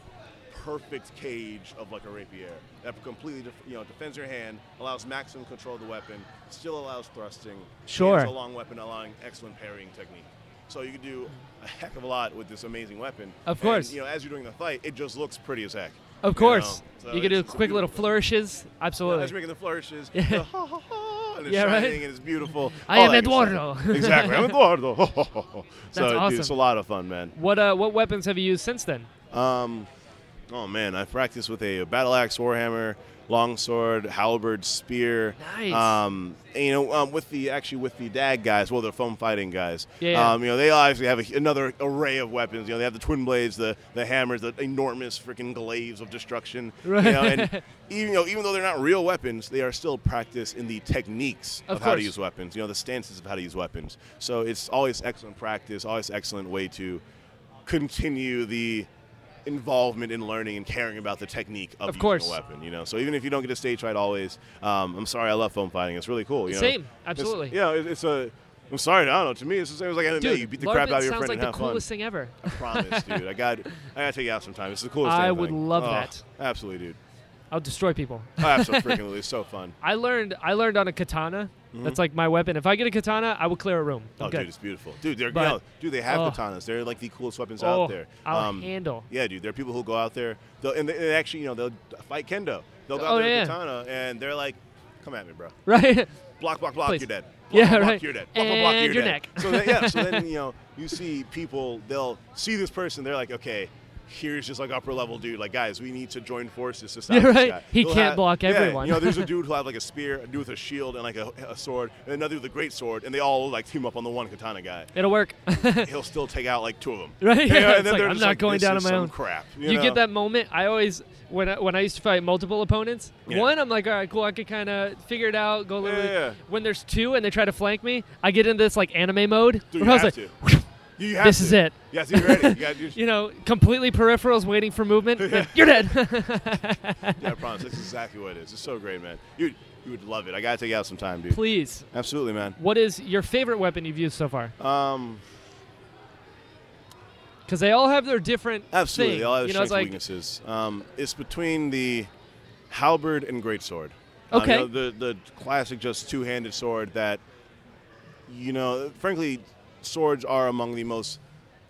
perfect cage of like a rapier that completely def- you know defends your hand, allows maximum control of the weapon, still allows thrusting. and
Sure.
It's a long weapon, allowing excellent parrying technique. So you can do a heck of a lot with this amazing weapon.
Of
And,
course.
you know, as you're doing the fight, it just looks pretty as heck. you know?
Of course.
So
You, can do
it's- it's a
quick little
beautiful-
flourishes.
yeah, as
Absolutely.
you're making the flourishes.
Yeah.
the ha, ha, ha, and it's
Yeah, right?
shining and it's beautiful.
I
all
am
that good stuff.
Eduardo.
exactly. I'm Eduardo. so
That's
dude, it's a
awesome.
lot of fun, man.
What uh, what weapons have you used since then?
Um, oh man, I practiced with a battle axe, warhammer, longsword, halberd, spear.
Nice.
Um, and, you know, um, with the actually with the dag guys, well, they're foam fighting guys.
Yeah, yeah.
Um, you know, they obviously have a, another array of weapons. You know, they have the twin blades, the the hammers, the enormous freaking glaives of destruction.
Right.
You know, and even you know, even though they're not real weapons, they are still practiced in the techniques
Of
of how to
course.
use weapons. You know, the stances of how to use weapons. So it's always excellent practice, always excellent way to continue the involvement in learning and caring about the technique of,
Of
using
course.
a weapon. You know, so even if you don't get a stage fight, always. Um, I'm sorry, I love foam fighting. It's really cool. You know?
Same,
It's-
absolutely.
yeah, it- it's a. I'm sorry, I don't know. To me, it's the same as like MMA.
Dude,
you beat the
LARPing
crap out of your
sounds
friend
like
and
the
have
coolest thing ever.
fun. I promise, dude. I got. I gotta take you out sometime. It's the coolest.
I
damn
would
thing.
love
Oh,
that.
Absolutely, dude.
I'll destroy people.
Absolutely, so fun.
I learned I learned on a katana. That's like my weapon. If I get a katana, I will clear a room. I'm
Mm-hmm. Oh,
good.
dude, it's beautiful, dude. They're
But-
you know, dude. They have
oh.
katanas. They're like the coolest weapons
Oh,
out there. Um,
I'll handle.
Yeah, dude. There are people who go out there, they'll, and they, they actually, you know, they'll fight kendo. They'll go out
Oh,
there
yeah.
with katana, and they're like, "Come at me, bro.
right?
Block, block, block.
Please.
You're dead. Block,
Yeah,
block, block,
right.
You're dead. Block, block, block.
And
You're
your
dead.
neck.
So then, yeah. So then you know, you see people. They'll see this person. They're like, okay. Here's just like upper level dude. Like guys, we need to join forces to stop
Yeah,
this
right.
guy.
He
They'll
can't
have-
block
yeah,
everyone.
You know, there's a dude who have like a spear, a dude with a shield, and like a, a sword, and another with a great sword, and they all like team up on the one katana guy
It'll work.
he'll still take out like two of them.
Right, yeah, it's
and then
like,
they're
I'm
just
not going
this
down
is
on my
some
own.
Crap. You,
you
know?
get that moment. I always when I, when I used to fight multiple opponents,
Yeah.
one I'm like, all right, cool, I could kind of figure it out, go a little.
Yeah,
bit."
yeah.
When there's two and they try to flank me, I get into this like anime mode.
Dude, you
where I was
have
like,
to. You, you have
this
to.
is it.
You have to be ready. You gotta do-
you know, completely peripherals waiting for movement. then You're dead.
yeah, I promise. That's exactly what it is. It's so great, man. You you would love it. I gotta take you out some time, dude.
Please,
Absolutely, man.
what is your favorite weapon you've used so far?
Um,
Because they all have their different
absolutely.
thing.
All have
you know,
strengths
it's like
and weaknesses. Um, it's between the halberd and greatsword. Um, you
Okay.
know, the the classic just two-handed sword that, you know, frankly, swords are among the most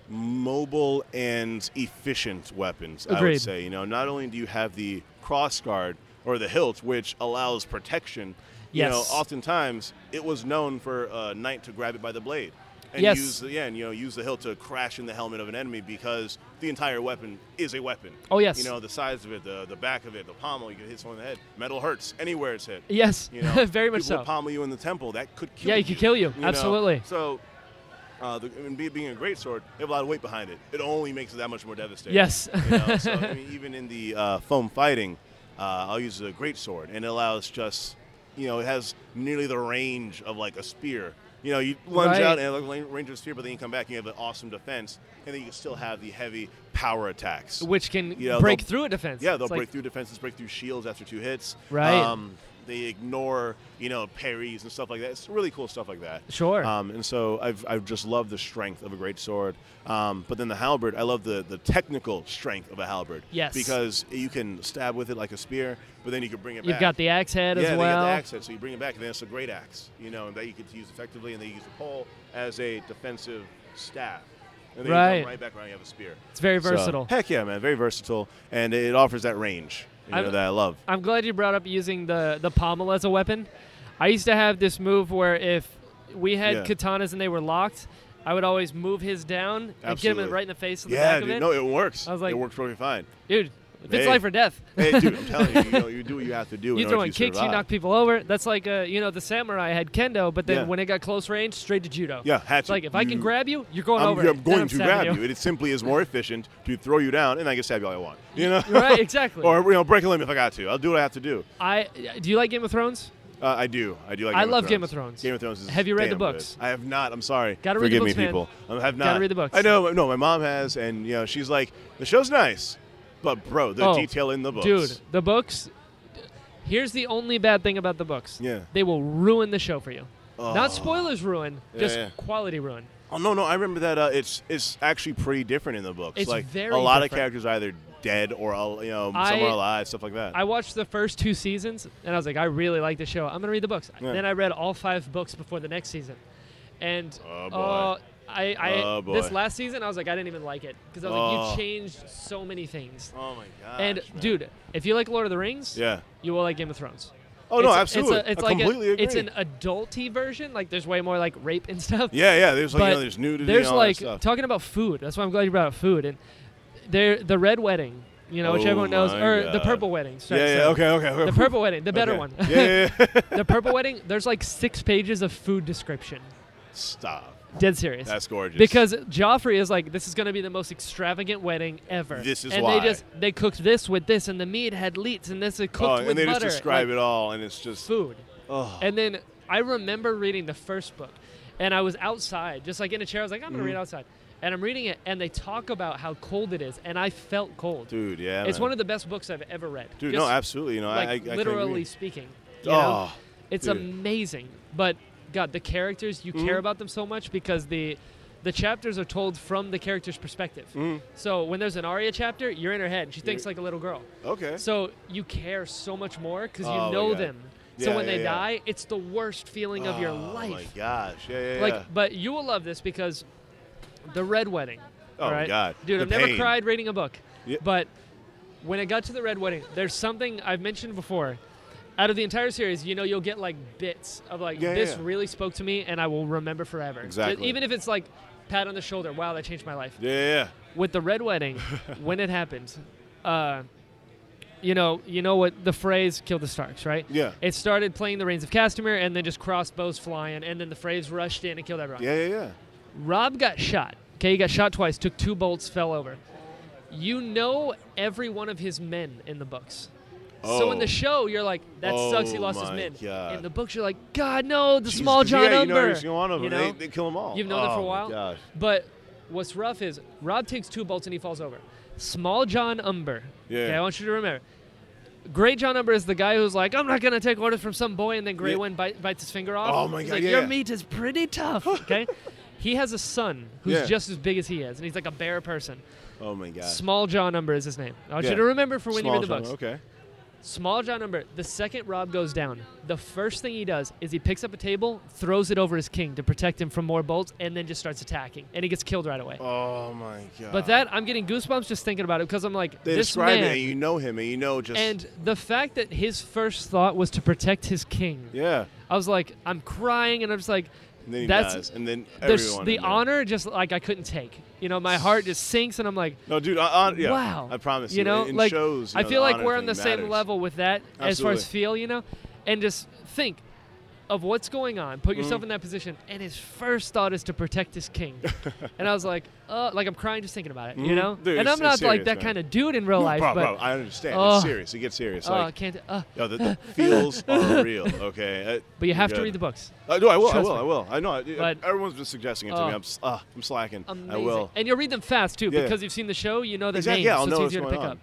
mobile and efficient weapons. I
Agreed.
would say. You know, not only do you have the cross guard or the hilt, which allows protection. You know,
Yes.
oftentimes it was known for a knight to grab it by the blade and
Yes.
use the, yeah, and you know, use the hilt to crash in the helmet of an enemy because the entire weapon is a weapon.
Oh, yes.
You know, the size of it, the the back of it, the pommel. You can hit someone in the head. Metal hurts anywhere it's hit.
yes,
You know,
very much
people
so.
will pommel you in the temple. That could kill.
Yeah,
you.
it could kill you.
know?
Absolutely.
So, uh, the, and be- being a great sword, they have a lot of weight behind it. It only makes it that much more devastating.
Yes.
You know? So I mean, even in the uh, foam fighting, uh, I'll use a great sword, and it allows just, you know, it has nearly the range of like a spear. You know, you lunge
Right.
out and like la- range of a spear, but then you come back and you have an awesome defense, and then you can still have the heavy power attacks.
Which can
you know,
break
they'll-
through a defense.
Yeah, they'll
It's like-
break through defenses, break through shields after two hits.
Right.
Um, they ignore, you know, parries and stuff like that. It's really cool stuff like that.
Sure.
Um, and so I've, I've just loved the strength of a great sword. Um, but then the halberd, I love the, the technical strength of a halberd.
Yes.
Because you can stab with it like a spear, but then you can bring it
You've
back.
got the axe head
yeah,
as
they got
well.
the axe head, so you bring it back, and then it's a great axe, you know, and that you get to use effectively, and they use the pole as a defensive staff. And then you
Right.
come right back around, and you have a spear.
It's very
So-
versatile.
heck yeah, man, very versatile, and it offers that range you know,
I'm-
that I love.
I'm glad you brought up using the the pommel as a weapon. I used to have this move where if we had
Yeah.
katanas and they were locked, I would always move his down and get him in-
Absolutely.
right in the face of the
Yeah,
back
dude,
of it.
no, it works.
I was like-
it works perfectly fine.
Dude, if it's
Hey.
life or death.
Hey, dude, I'm telling you, you, know, you do what you have to do.
You
in
throw
order
in
to
kicks, you
survive.
knock people over. That's like uh, you know the samurai had kendo, but then
Yeah.
when it got close range, straight to judo.
Yeah, hatchet.
It's like if I can
You-
grab you, you're going
I'm,
over.
I'm
it, then
going
I'm
to
stabbing
grab you. It simply is more efficient to throw you down, and I can stab you all I want. You know,
right, exactly.
or you know, break a limb if I got to. I'll do what I have to do.
I do you like Game of Thrones?
Uh, I do. I do like.
I
Game
love
of
Game of Thrones.
Game of Thrones. Is
Have you read the
damn good.
books?
I have not. I'm sorry.
Gotta read the
Forgive
books,
me,
man.
people. I have not.
Gotta read the books.
I know. No, my mom has, and you know, she's like, the show's nice, but bro, the
Oh,
detail in the books.
Dude, the books. Here's the only bad thing about the books.
Yeah.
They will ruin the show for you.
Oh.
Not spoilers ruin,
Yeah,
just
yeah.
quality ruin.
Oh no, no, I remember that. Uh, it's it's actually pretty different in the books.
It's
like
very
a lot of
different.
characters are either dead or al- you know
I-
some are alive, stuff like that.
I watched the first two seasons and I was like, I really like the show. I'm gonna read the books.
Yeah.
Then I read all five books before the next season, and uh,
Oh, boy.
I, I
Oh, boy.
this last season I was like, I didn't even like it because I was like,
Oh.
you changed so many things.
oh my god.
and dude, if you like Lord of the Rings,
Yeah.
you will like Game of Thrones.
Oh no,
It's a-
absolutely.
It's, a, it's
I
like a-
completely agree.
it's an adulty version. Like there's way more like rape and stuff.
yeah, oh, yeah. There's like
but
you know, there's nudity.
There's
and all
like
that stuff.
talking about food. That's why I'm glad you brought up food and there the red wedding. You know, which
Oh
everyone knows,
my
or the
God.
purple wedding. sorry,
yeah, yeah.
sorry.
Okay, okay, okay.
The purple wedding, the better
Okay.
one.
yeah, yeah. yeah.
the purple wedding. There's like six pages of food description.
Stop. Oh,
Dead serious.
That's gorgeous.
because Joffrey is like, this is going to be the most extravagant wedding ever.
This is
and
why.
they just they cooked this with this, and the meat had leeks, and this is cooked
oh,
with
and they
butter.
just describe it all, and it's just
Food.
oh,
And then I remember reading the first book, and I was outside, just like in a chair. I was like, I'm going to
Mm.
read outside, and I'm reading it, and they talk about how cold it is, and I felt cold.
dude. Yeah,
it's
man.
one of the best books I've ever read.
dude.
Just,
no, absolutely. You know, I-
like
I, I can
literally
agree.
speaking.
Oh,
You know? It's
Dude. Mm-hmm.
amazing. But God, the characters you care about them so much because the the chapters are told from the character's perspective.
Mm-hmm.
So when there's an Arya chapter, you're in her head. and She thinks like a little girl.
okay.
So you care so much more because you
Oh my
know
God.
them. so
Yeah,
when
yeah,
they
yeah.
die, it's the worst feeling of your
Oh my
life.
gosh. Yeah, yeah,
Like,
yeah.
but you will love this because the Red Wedding.
Oh
right?
god,
dude,
The
I've never
pain.
cried reading a book.
Yeah.
But when it got to the Red Wedding, there's something I've mentioned before. Out of the entire series, you know, you'll get like bits of like
Yeah,
this
yeah.
really spoke to me, and I will remember forever. Ju-
Exactly.
Even if it's like pat on the shoulder, wow, that changed my life.
Yeah, yeah, yeah.
With the Red Wedding, when it happened, uh, you know, you know what the phrase "kill the Starks," right?
Yeah.
It started playing the Reigns of Castamere, and then just crossbows flying, and then the phrase rushed in and killed everyone.
Yeah, yeah, yeah.
Rob got shot. Okay, he got shot twice, took two bolts, fell over. You know every one of his men in the books. So in
Oh.
the show, you're like, that sucks. He
Oh
lost his
my
men.
God.
In the books, you're like, God no, the
Jesus,
small
'cause,
John Umber.
yeah, You know every single one of them.
You know?
They, they kill them all.
You've known them
oh,
for a
my
while.
Gosh.
But what's rough is Rob takes two bolts and he falls over. Small John Umber.
Yeah.
Okay, I want you to remember. Great John Umber is the guy who's like, I'm not gonna take orders from some boy, and then Grey
Yeah.
one bite, bites his finger off.
Oh my
He's
God,
like,
yeah,
Your
yeah.
meat is pretty tough. Okay. he has a son who's
Yeah.
just as big as he is, and he's like a bear person.
Oh my god.
Small John Umber is his name. I want
Yeah.
you to remember for when
Small
you read the
genre,
books.
Okay.
Small John Umber. The second Rob goes down, the first thing he does is he picks up a table, throws it over his king to protect him from more bolts, and then just starts attacking, and he gets killed right away.
Oh my god.
But that I'm getting goosebumps just thinking about it because I'm like
they
this
describe
man,
it, and you know him, and you know just
and the fact that his first thought was to protect his king.
yeah.
I was like, I'm crying, and I'm just like,
And then he
that's
dies, and then
there's
everyone.
the
in there.
honor just like I couldn't take. You know, my heart just sinks, and I'm like,
No, dude. I, I, yeah,
wow.
I promise you.
You know,
it
like
shows. You
I
know,
feel
the
like
honor
we're
thing
on the same
matters.
level with that as far as
Absolutely.
feel, you know, and just think of what's going on. Put
Mm-hmm.
yourself in that position, and his first thought is to protect his king, and I was like, uh, like I'm crying just thinking about it, you
Mhm.
know.
Dude,
and
it's-
I'm not
it's
like
serious,
that
man.
kind of dude in real life,
Bro,
but
bro, I understand.
Oh.
it's serious. It gets serious.
oh, I
like,
can't. Uh,
yo, the, the feels are real. Okay. I-
but you have
you're
to
good.
read the books.
Uh, no, I will. I
Trust
will.
me.
I will. I know. I,
But-
everyone's been suggesting it to
Oh.
me. I'm, s- uh, I'm slacking.
Amazing.
I will.
And you'll read them fast too
Yeah.
because you've seen the show. You know the
Exactly,
names,
yeah, I'll
so
know
it's
what's
easier to
going
pick
on.
up.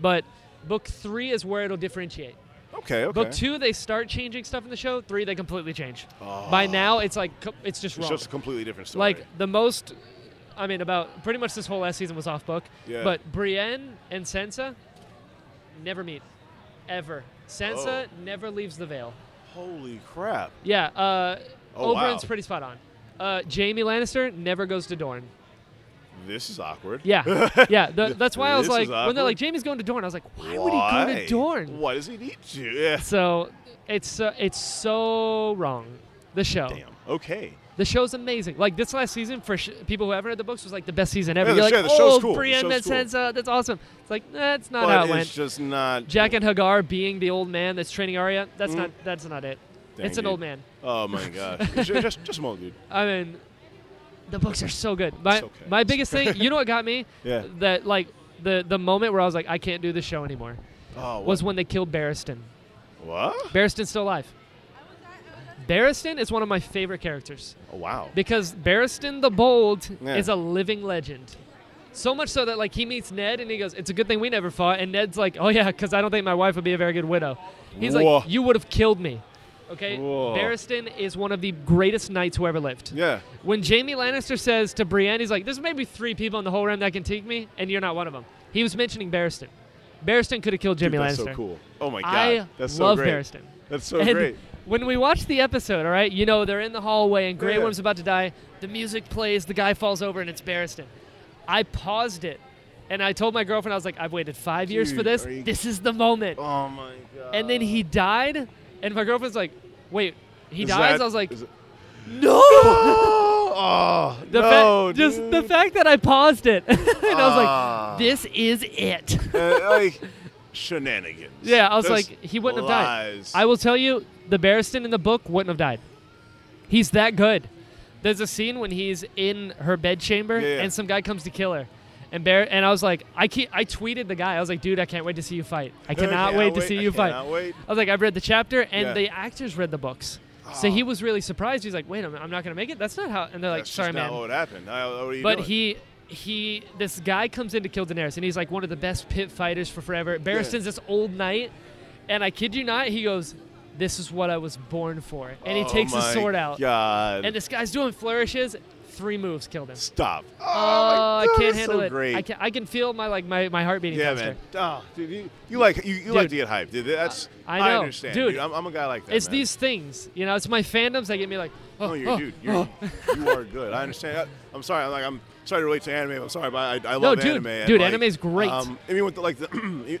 But book three is where it'll differentiate.
Okay. Okay.
Book two, they start changing stuff in the show. Three, they completely change.
Oh.
By now, it's like co- it's just
It's
wrong.
just a completely different story.
like the most, I mean, about pretty much this whole last season was off book.
Yeah.
But Brienne and Sansa never meet, ever. Sansa
Oh.
never leaves the Vale.
holy crap.
Yeah. Uh,
Oh, wow.
Oberyn's pretty spot on. Uh, Jamie Lannister never goes to Dorne.
This is awkward.
Yeah, yeah. The, that's why I was
This
like,
is
when they're
awkward.
like, Jamie's going to Dorne, I was like, why, would he go to Dorne?
Why does he need to? Yeah.
So it's uh, it's so wrong. The show,
Damn. Okay.
the show's amazing. Like this last season, for sh- people who haven't read the books, was like the best season ever. You're
Yeah, the
like,
show- the show's
oh,
cool. The
Brienne
show's cool."
Mensenza, that's awesome. It's like that's not how
but
it went.
it's just not.
Jack and Hagar being the old man that's training Arya. That's
Mm.
not that's not it.
Dang,
it's an
dude.
old man.
Oh my gosh. It's ju- just, just more, dude.
I mean, the books are so good. My
It's okay.
my biggest thing, you know what got me?
Yeah.
That like the the moment where I was like, I can't do this show anymore.
Oh. What?
was when they killed Barristan.
what?
Barristan's still alive. Barristan is one of my favorite characters
Oh, wow.
because Barristan the Bold
Yeah.
is a living legend. So much so that like he meets Ned and he goes, "It's a good thing we never fought." And Ned's like, "Oh yeah, because I don't think my wife would be a very good widow." He's
Whoa.
like, "You would have killed me." Okay,
Whoa.
Barristan is one of the greatest knights who ever lived.
Yeah.
When Jamie Lannister says to Brienne, he's like, "There's maybe three people in the whole realm that can take me, and you're not one of them." He was mentioning Barristan. Barristan could have killed
Dude,
Jamie
that's
Lannister.
so cool. Oh my god.
I
that's
love
so great.
Barristan.
That's so
and
great.
when we watch the episode, all right, you know they're in the hallway and Grey
Yeah.
Worm's about to die. The music plays, the guy falls over, and it's Barristan. I paused it, and I told my girlfriend, I was like, "I've waited five years for
Dude,
this.
are you-
This is the moment."
Oh my god.
And then he died, and my girlfriend's like, "Wait, he
Is
dies?"
that-
I was like,
is it-
"No!"
oh,
The fa-
no,
just the
dude.
fact that I paused it, and I
Ah.
was like, "This is it."
Uh, like shenanigans.
yeah, I was
Just
like, he wouldn't
lies.
have died. I will tell you, the Barristan in the book wouldn't have died. He's that good. There's a scene when he's in her bedchamber
Yeah, yeah.
and some guy comes to kill her. And Bar- and I was like, I can't, I tweeted the guy. I was like, dude, I can't wait to see you fight. I cannot
cannot
wait to
wait,
see
I
you fight.
cannot wait.
I was like, I've read the chapter, and
Yeah. Ah.
the actors read the books. So he was really surprised. He's like, wait, I'm, I'm not gonna make it. That's not how. And they're like,
That's
sorry,
just
man.
Not what happened. I, what are you
But
doing?
he he this guy comes in to kill Daenerys and he's like one of the best pit fighters for forever. Barristan's this old knight, and I kid you not, he goes, This is what I was born for. And he
Oh
takes his
my
sword out.
God.
And this guy's doing flourishes, three moves killed him.
Stop. Oh, my
I
God,
can't
that's
handle
so
it.
Great.
I can I can feel my like my, my heart beating
yeah,
faster.
man. Oh, dude, you, you like you, you like to
Dude.
get hyped, dude. That's
I know.
understand,
Dude.
I'm, I'm a guy like that.
It's
man.
these things, you know, it's my fandoms that get me like oh,
No, you're
oh,
dude. You're, you are good. I understand. I, I'm sorry. I'm like I'm sorry to relate to anime. I'm sorry, but I, I love
dude.
anime. and,
Dude,
like, um,
anime's great.
even with the, like the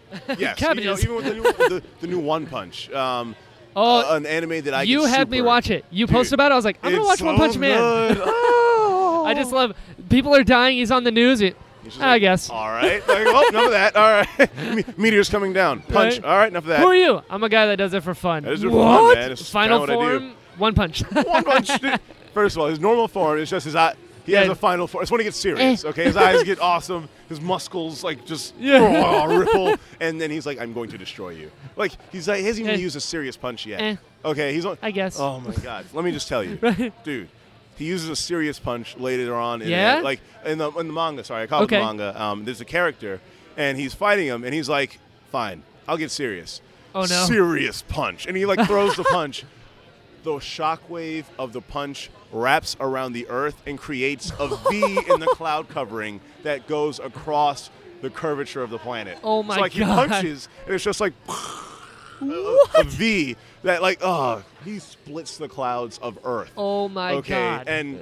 yes, you know,
Cabbages.
even with the new, the, the new One Punch. Um,
Oh,
uh, an anime that I
you
get
had me
super-
watch it. You posted
Dude,
about it, I was like, I'm gonna
it's
watch One
so
Punch Man.
good. Oh.
I just love people are dying, he's on the news. It,
It's
I
just like,
guess.
All right. Like, oh, enough of that. All right. Me- Meteor's coming down. Punch.
Right.
All right. Enough of that.
Who are you? I'm a guy that does it for fun.
That is it for fun,
what?
man. It's
Final
kinda what I do.
form, one punch.
one punch. dude. First of all, his normal form is just his eye. He has
Yeah.
a final form. It's when he gets serious.
Eh.
Okay, his eyes get awesome. His muscles like just
Yeah.
raw, ripple, and then he's like, "I'm going to destroy you." Like he's like, he hasn't even
Eh.
used a serious punch yet.
Eh.
Okay, he's on.
I guess.
Oh my god. Let me just tell you, dude. He uses a serious punch later on. In
Yeah?
The, like in the in the manga. Sorry, I call it the
Okay.
manga. Um, there's a character, and he's fighting him, and he's like, "Fine, I'll get serious."
Oh, no.
Serious punch, and he like throws the punch the shockwave of the punch wraps around the earth and creates a V in the cloud covering that goes across the curvature of the planet.
Oh my
so, like,
God.
he punches, and it's just like a- a V that like oh he splits the clouds of Earth.
oh my
okay,
god.
and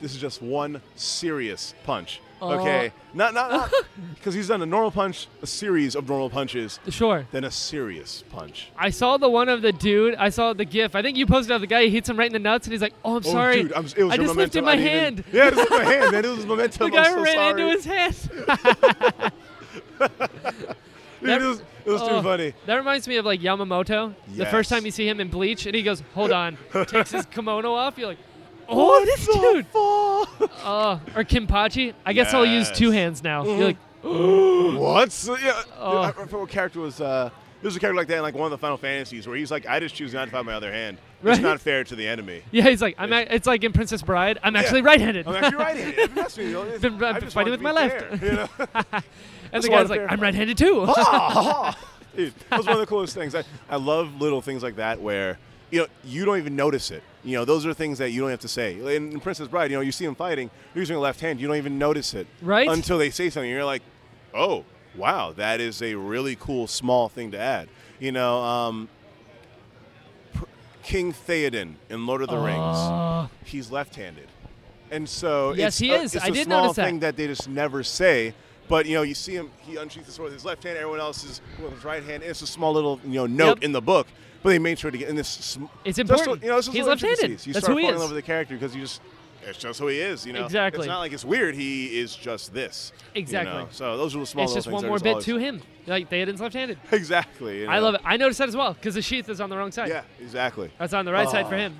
this is just one serious punch.
Oh.
Okay, not not not because he's done a normal punch, a series of normal punches,
sure.
then a serious punch.
I saw the one of the dude. I saw the gif. I think you posted of the guy. He hits him right in the nuts, and he's like, "Oh, I'm
Oh,
sorry.
dude, I'm, it was
I
your
just
momentum.
lifted
I
my
didn't
hand.
Even, yeah, it was my hand, man. It was momentum.
The guy
I'm so
ran
sorry.
into his hand.
Dude, it was, it was too
Oh,
funny.
That reminds me of like Yamamoto. The first
Yes.
time you see him in Bleach, and he goes, "Hold on," takes his kimono off. You're like, "Oh, this dude." Oh, or Kimpachi. I guess I'll use two
Yes. Mm-hmm.
hands now. You're like,
what? So, yeah,
Oh.
I remember what character was. Uh, there was a character like that in like one of the Final Fantasies where he's like, I just choose not to fight my other hand. It's
Right.
not fair to the enemy.
Yeah, he's like, I'm. Ac- it's like in Princess Bride. I'm actually right-handed.
I'm actually right-handed. If that's me, you know, it's-
Been-
I
been
just
fighting with
want to
my
be
left.
fair, you know?
and the
why
guy's
I'm
like,
fair.
I'm right-handed too.
Dude, that was one of the coolest things. I, I love little things like that where you know you don't even notice it. You know, those are things that you don't have to say. In, in Princess Bride, you know, you see them fighting, they're using a left hand, you don't even notice it,
Right.
Until they say something, you're like, oh, wow, that is a really cool small thing to add. You know, um, Pr- King Theoden in Lord of the Rings,
Oh,
he's left-handed, and so
Yes,
it's
he
a-
is.
It's
I
a
did
small
notice that.
thing that they just never say. But you know, you see him. He unsheathes the sword with his left hand. Everyone else is with his right hand. It's a small little you know note
Yep.
in the book, but they made sure to get in this. Sm-
It's
just
important.
you know, it's just
He's
little
left-handed.
intricacies. You
That's who
start
he
falling
is.
in love with the character because you just. It's just who he is, you know.
Exactly.
It's not like it's weird. He is just this. you
Exactly.
know? So those are the small.
it's
little
just
things
one
that
more
is
bit
always-
to him. Like Theoden's left-handed.
Exactly. you
I
know?
love it. I noticed that as well because the sheath is on the wrong side.
Yeah, exactly.
That's on the right side for
Oh.
him.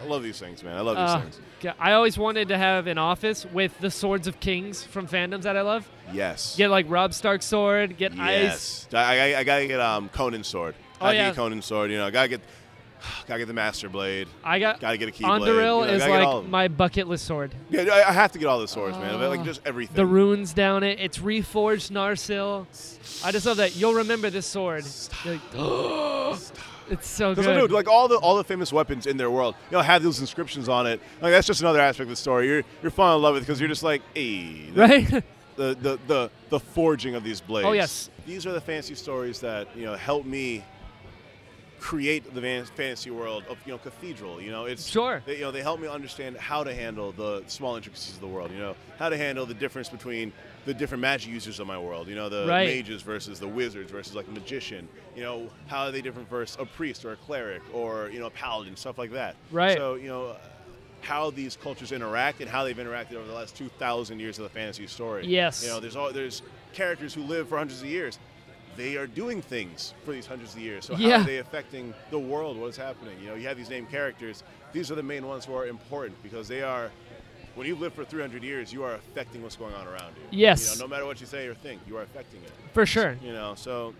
I love these things, man. I love
Uh,
these things.
g- I always wanted to have an office with the swords of kings from fandoms that I love.
Yes.
Get like Rob Stark's sword. Get Ice.
Yes, I, I, I gotta get um Conan's sword.
Oh,
I gotta
yeah.
get Conan's sword. You know, I gotta get Gotta get the Master Blade.
I got
Gotta get a Keyblade.
Onderil
you know,
is
gotta get all
like
of 'em.
my bucket list sword.
Yeah, I, I have to get all the swords, man. Like just everything.
The runes down it. It's reforged Narsil. I just love that. You'll remember this sword. You're like, It's so good.
Because dude, like all the all the famous weapons in their world, you know, have those inscriptions on it. Like that's just another aspect of the story. You're you're falling in love with because you're just like, hey, the,
right?
the, the the the forging of these blades.
Oh, yes.
These are the fancy stories that you know help me create the van- fantasy world of you know cathedral. You know, it's
Sure.
They, you know, they help me understand how to handle the small intricacies of the world. You know, how to handle the difference between the different magic users of my world. You know, the
Right.
mages versus the wizards versus like a magician. You know, how are they different versus a priest or a cleric or you know a paladin stuff like that.
Right.
So you know. How these cultures interact and how they've interacted over the last two thousand years of the fantasy story.
Yes.
You know, there's all there's characters who live for hundreds of years. They are doing things for these hundreds of years. So how
Yeah.
are they affecting the world? What is happening? You know, you have these named characters. These are the main ones who are important because they are. When you live for 300 years, you are affecting what's going on around you.
Yes.
You know, no matter what you say or think, you are affecting it.
For sure.
You know, so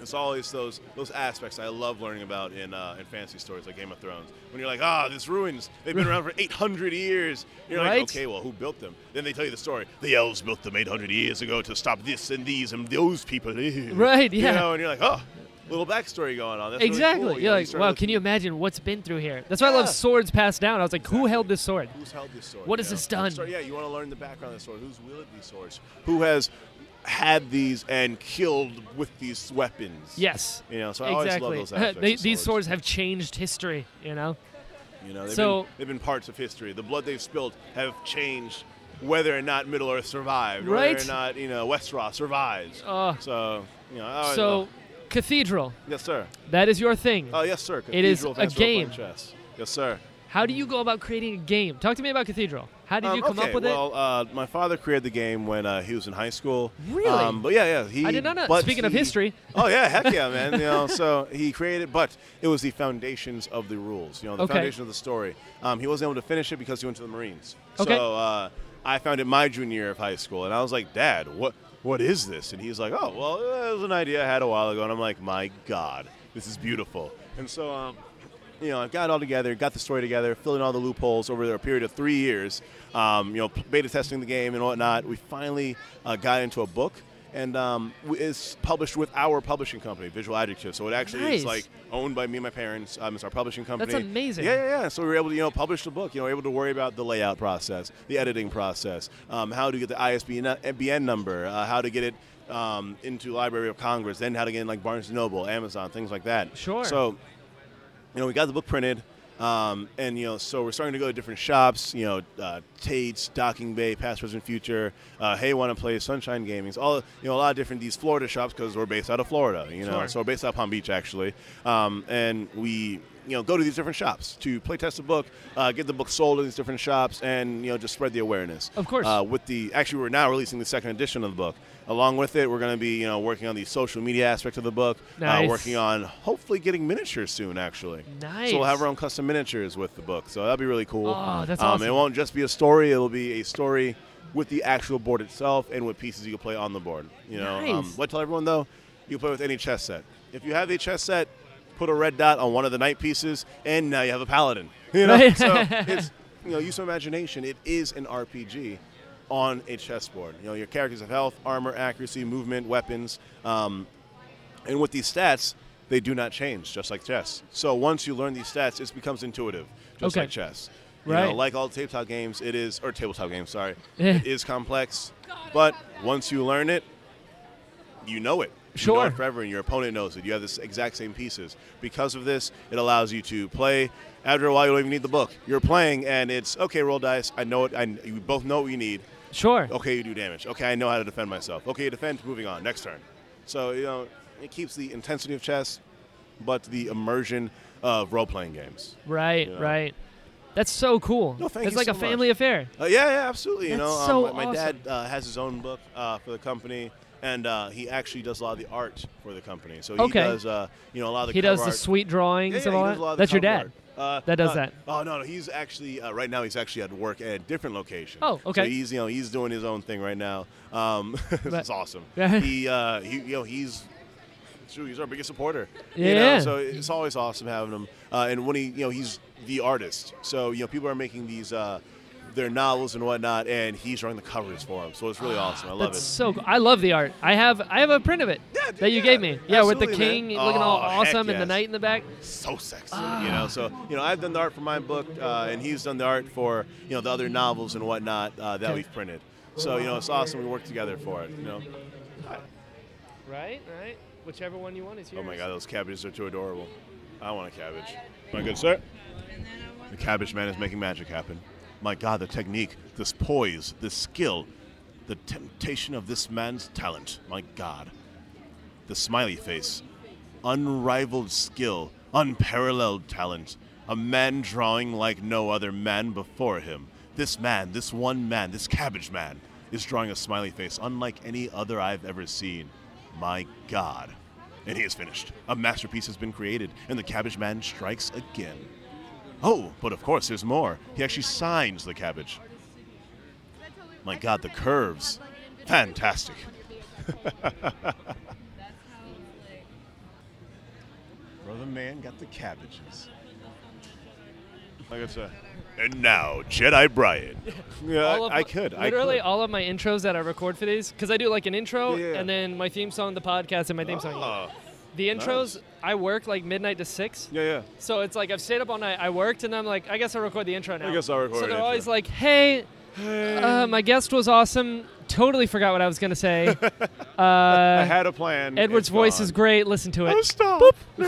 it's always those those aspects I love learning about in uh, in fantasy stories like Game of Thrones. When you're like, ah, this ruins, they've been around for 800 years. You're
Right.
like, okay, well, who built them? Then they tell you the story. The elves built them 800 years ago to stop this and these and those people. eh."
Right, yeah.
You know, and you're like, oh, little backstory going on. That's really
Exactly.
cool, you
You're
know,
like,
start
wow,
looking
can you imagine what's been through here? That's why I love
Yeah.
swords passed down. I was like, who held this sword?
Who's held this sword?
What
you
has
know?
this done?
So, yeah, you want to learn the background of the sword. Who's wielded these swords? Who has had these and killed with these weapons?
Yes.
You know, so I always love
Exactly.
those aspects.
They-
of
these swords have changed history, you know?
you know, they've,
so-
been, they've been parts of history. The blood they've spilled have changed whether or not Middle Earth survived, whether
Right.
or not you know Westeros survives.
Uh,
so you know, I always
so,
love-
Cathedral,
yes, sir.
that is your thing.
Oh, yes, sir.
It is
Cathedral
a
Fans Role Playing
game.
Chess. Yes, sir.
How do you go about creating a game? Talk to me about Cathedral. How did
Um,
you come
okay,
up with
well, uh, my father created the game when uh, he was in high school.
Really?
Um, but yeah, yeah. He,
I did not know-
but
speaking of
he-
history.
Oh yeah, heck yeah, man. You know, so he created, but it was the foundations of the rules. You know, the
Okay.
foundation of the story. Um, he wasn't able to finish it because he went to the Marines.
Okay.
So uh, I found it my junior year of high school, and I was like, Dad, what? What is this? And he's like, Oh, well, uh, it was an idea I had a while ago. And I'm like, My God, this is beautiful. And so, um, you know, I've got it all together, got the story together, filled in all the loopholes over a period of three years, um, you know, beta testing the game and whatnot. We finally uh, got into a book, and um, w- it's published with our publishing company, Visual Adjective. So it actually
Nice.
is like owned by me and my parents. Um, it's our publishing company.
amazing.
Yeah, yeah, yeah. So we were able to, you know, publish the book. You know, we were able to worry about the layout process, the editing process, um, how to get the ISBN BN number, uh, how to get it um, into Library of Congress, then how to get in like Barnes and Noble, Amazon, things like that.
Sure.
So you know, we got the book printed, um, and you know, so we're starting to go to different shops. You know, uh, Tate's, Docking Bay, Past, Present, Future, uh, Hey, Want to Play, Sunshine Gaming's, all you know, a lot of different these Florida shops because we're based out of Florida. You know,
Sure.
so we're based out of Palm Beach actually, um, and we. You know, go to these different shops to play test the book, uh, get the book sold in these different shops, and you know just spread the awareness.
Of course.
Uh, with the actually, we're now releasing the second edition of the book. Along with it, we're going to be you know working on the social media aspect of the book,
Nice.
uh, working on hopefully getting miniatures soon. Actually, so we'll
Nice.
have our own custom miniatures with the book. So that'll be really cool.
Oh, that's
um,
awesome.
It won't just be a story. It'll be a story with the actual board itself and with pieces you can play on the board. You know, um,
Nice.
what I tell everyone though, you can play with any chess set. If you have a chess set, put a red dot on one of the knight pieces, and now you have a paladin. You know,
Right.
so it's you know use of imagination. It is an RPG on a chessboard. You know, your characters have health, armor, accuracy, movement, weapons. Um, and with these stats, they do not change, just like chess. So once you learn these stats, it becomes intuitive, just
Okay.
like chess. You know,
Right. Eh.
like all tabletop games, it is, or tabletop games, sorry, it is complex. But once you learn it, you know it. You know
Sure.
it forever, and your opponent knows it. You have this exact same pieces. Because of this, it allows you to play. After a while, you don't even need the book. You're playing, and it's okay. Roll dice. I know it. I you both know what you need.
Sure.
Okay, you do damage. Okay, I know how to defend myself. Okay, you defend. Moving on. Next turn. So you know it keeps the intensity of chess, but the immersion of role-playing games.
Right,
Yeah.
right. That's so cool.
No, thank
That's
you
like
so
a
much.
family affair.
Uh, yeah, yeah, absolutely. You
That's
know,
so
um, my, my
awesome.
dad uh, has his own book uh, for the company, and uh, he actually does a lot of the art for the company. So he
Okay.
does, uh, you know, a lot of the
He does
cover
the
art.
sweet drawings
Yeah,
and
yeah,
all
he
that.
does a lot of the
That's your
cover
dad.
art. Uh,
that does
uh,
that.
Oh no, no, he's actually uh, right now. He's actually at work at a different location.
Oh, okay.
So he's you know he's doing his own thing right now. Um,
But-
it's awesome.
Yeah.
he uh, he you know he's Shoot, he's our biggest supporter. You
Yeah.
know, so it's always awesome having him. Uh, and when he, you know, he's the artist. So you know, people are making these uh, their novels and whatnot, and he's running the covers for them. So it's really awesome. I love
That's
it.
so. Cool. I love the art. I have I have a print of it that you
yeah,
gave me. Yeah, with the
absolutely,
king
man.
looking all
Oh, heck
awesome and the
yes. Oh.
knight in the back.
So sexy, you know. So you know, I've done the art for my book, uh, and he's done the art for you know the other novels and whatnot uh, that
Okay.
we've printed. So you know, it's awesome. We work together for it. You know.
Right, right. Whichever one you want is yours.
Oh my God, those cabbages are too adorable. I want a cabbage. My good sir. The cabbage man is making magic happen. My God, the technique, this poise, this skill, the temptation of this man's talent. My God. The smiley face. Unrivaled skill, unparalleled talent. A man drawing like no other man before him. This man, this one man, this cabbage man, is drawing a smiley face unlike any other I've ever seen. My God. And he is finished. A masterpiece has been created, and the cabbage man strikes again. Oh, but of course there's more. He actually signs the cabbage. My God, the curves. Fantastic. Brother man got the cabbages. Like I said. And now, Jedi Brian. Yeah,
All of
I,
my-
could. I
Literally
could.
all of my intros that I record for these, because I do like an intro
Yeah, yeah.
and then my theme song, the podcast, and my theme song.
Ah,
The intros, I work like midnight to six.
yeah, yeah.
So it's like I've stayed up all night. I worked, and I'm like, I guess I'll record the intro now.
guess I'll record
So
an
they're
intro.
always like, hey, uh, my guest was awesome. Totally forgot what I was gonna say.
I had a plan.
Uh, Edward's
It's
voice
gone.
is great. Listen to
Oh,
it.
stop.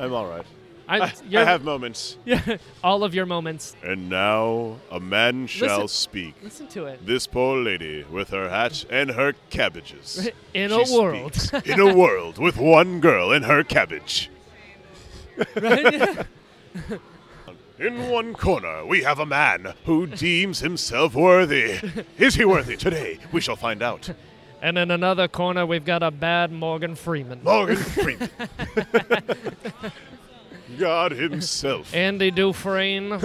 I'm all right.
I'm,
I, I
you're-
have moments.
yeah, all of your moments.
And now a man shall
Listen-
speak.
Listen to it.
This poor lady with her hat and her cabbages.
In
She
a world.
speaks in a world with one girl and her cabbage.
Right?
In one corner, we have a man who deems himself worthy. Is he worthy today? We shall find out.
and in another corner, we've got a bad Morgan Freeman.
Morgan Freeman. God himself.
Andy Dufresne.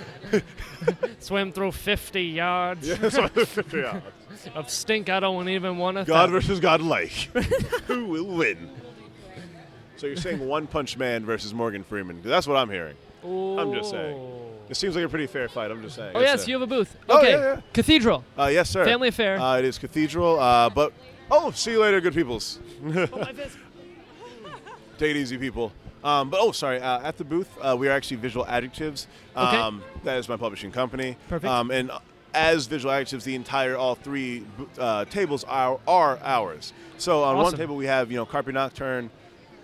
Swim through 50 yards
Yeah.
of stink. I don't even want to.
God versus God like. Who will win? So you're saying One Punch Man versus Morgan Freeman? 'Cause That's what I'm hearing. I'm just saying. It seems like a pretty fair fight. I'm just saying.
Oh,
It's
yes,
a-
you have a booth.
Oh,
Okay.
yeah, yeah.
Cathedral.
Uh, yes, sir.
Family affair.
Uh, it is Cathedral. Uh, but oh, see you later, good peoples. Oh, Take it easy, people. Um, but oh, sorry. Uh, at the booth, uh, we are actually Visual Adjectives.
Okay.
Um, That is my publishing company.
Perfect.
Um, and as Visual Adjectives, the entire all three uh, tables are are ours. So on one
Awesome.
table we have you know Carpe Nocturne.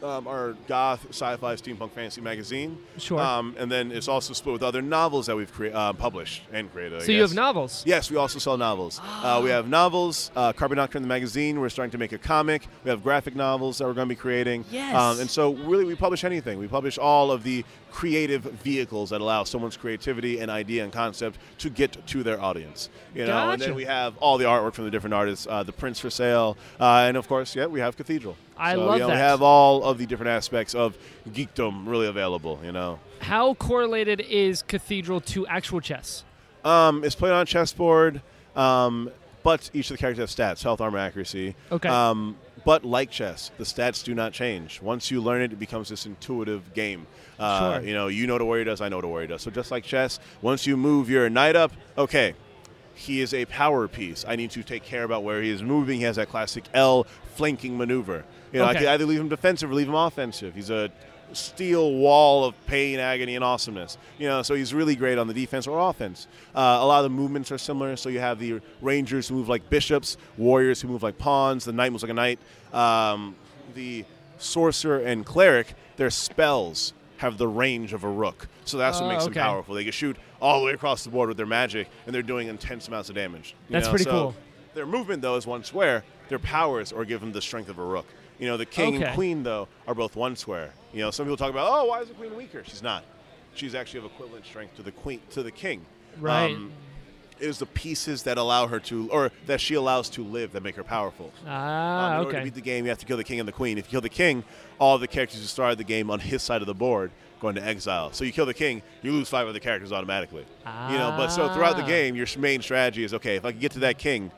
Um, our goth, sci-fi, steampunk, fantasy magazine,
Sure.
um, and then it's also split with other novels that we've crea- uh, published and created. I
So you have
guess.
novels.
Yes, we also sell novels. Uh, we have novels, uh, Carbon Doctrine the magazine. We're starting to make a comic. We have graphic novels that we're going to be creating.
Yes.
Um, and so, really, we publish anything. We publish all of the creative vehicles that allow someone's creativity and idea and concept to get to their audience. You know, and
Gotcha.
then we have all the artwork from the different artists, uh, the prints for sale, uh, and of course, yeah, we have Cathedral.
I
so,
love
you know,
that.
We have all of the different aspects of geekdom really available. You know.
How correlated is Cathedral to actual chess?
Um, it's played on a chessboard, um, but each of the characters have stats: health, armor, accuracy.
Okay.
Um, but like chess, the stats do not change. Once you learn it, it becomes this intuitive game. Uh,
Sure.
You know, you know what a warrior does. I know what a warrior does. So just like chess, once you move your knight up, okay, he is a power piece. I need to take care about where he is moving. He has that classic L flanking maneuver. You know, I
Okay.
could either leave him defensive or leave him offensive. He's a steel wall of pain, agony, and awesomeness. You know, so he's really great on the defense or offense. Uh, a lot of the movements are similar. So you have the rangers who move like bishops, warriors who move like pawns, the knight moves like a knight. Um, the sorcerer and cleric, their spells have the range of a rook. So that's
Oh,
what makes
okay.
them powerful powerful. They can shoot all the way across the board with their magic, and they're doing intense amounts of damage. you
That's
know,
pretty
so
cool.
Their movement, though, is one square. Their powers are given the strength of a rook. You know, the king
Okay.
and queen, though, are both one square. You know, some people talk about, oh, why is the queen weaker? She's not. She's actually of equivalent strength to the queen to the king.
Right.
Um, it is the pieces that allow her to, or that she allows to live, that make her powerful. Um,
ah,
in order to
okay.
beat the game, you have to kill the king and the queen. If you kill the king, all the characters who started the game on his side of the board go into exile. So you kill the king, you lose five other characters automatically. You know, but so throughout the
Ah.
game, your s- main strategy is okay. If I can get to that king,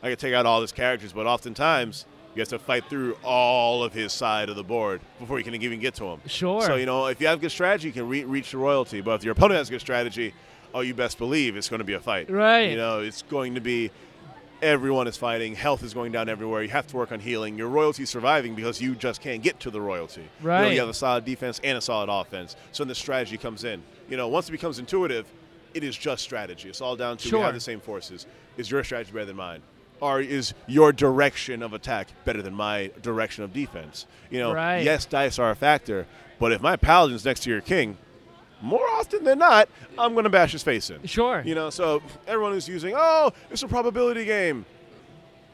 I can take out all his characters. But oftentimes, You have to fight through all of his side of the board before you can even get to him.
Sure.
So you know, if you have good strategy, you can re- reach the royalty. But if your opponent has good strategy, oh, you best believe it's going to be a fight.
Right.
You know, it's going to be everyone is fighting. Health is going down everywhere. You have to work on healing. Your royalty's surviving because you just can't get to the royalty. You, know,
Right.
you have a solid defense and a solid offense. So then the strategy comes in. You know, once it becomes intuitive, it is just strategy. It's all down to we
Sure.
have the same forces. Is your strategy better than mine? Or is your direction of attack better than my direction of defense? You know,
Right.
yes, dice are a factor, but if my paladin's next to your king, more often than not, I'm going to bash his face in.
Sure.
You know, so everyone is using, oh, it's a probability game.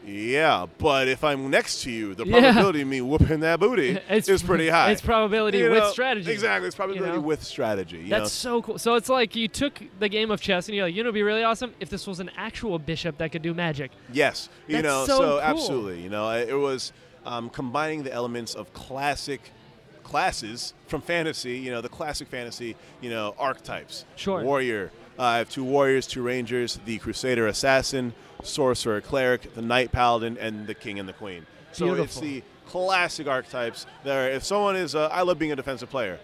Yeah, but if I'm next to you, the
Yeah.
probability of me whooping that booty
It's-
is pretty high.
it's probability with strategy,
Exactly, it's probability
know?
with strategy. You
That's so cool. So it's like you took the game of chess and you're like, you know, it'd be really awesome if this was an actual bishop that could do magic.
know? yes, you
That's
know,
so cool.
absolutely, you know, I- it was um, combining the elements of classic classes from fantasy, you know, the classic fantasy, you know, archetypes.
Sure.
Warrior. Uh, I have two warriors, two rangers, the crusader assassin, sorcerer cleric, the knight paladin, and the king and the queen. So it's
Beautiful.
the classic archetypes there. If someone is, uh, I love being a defensive player,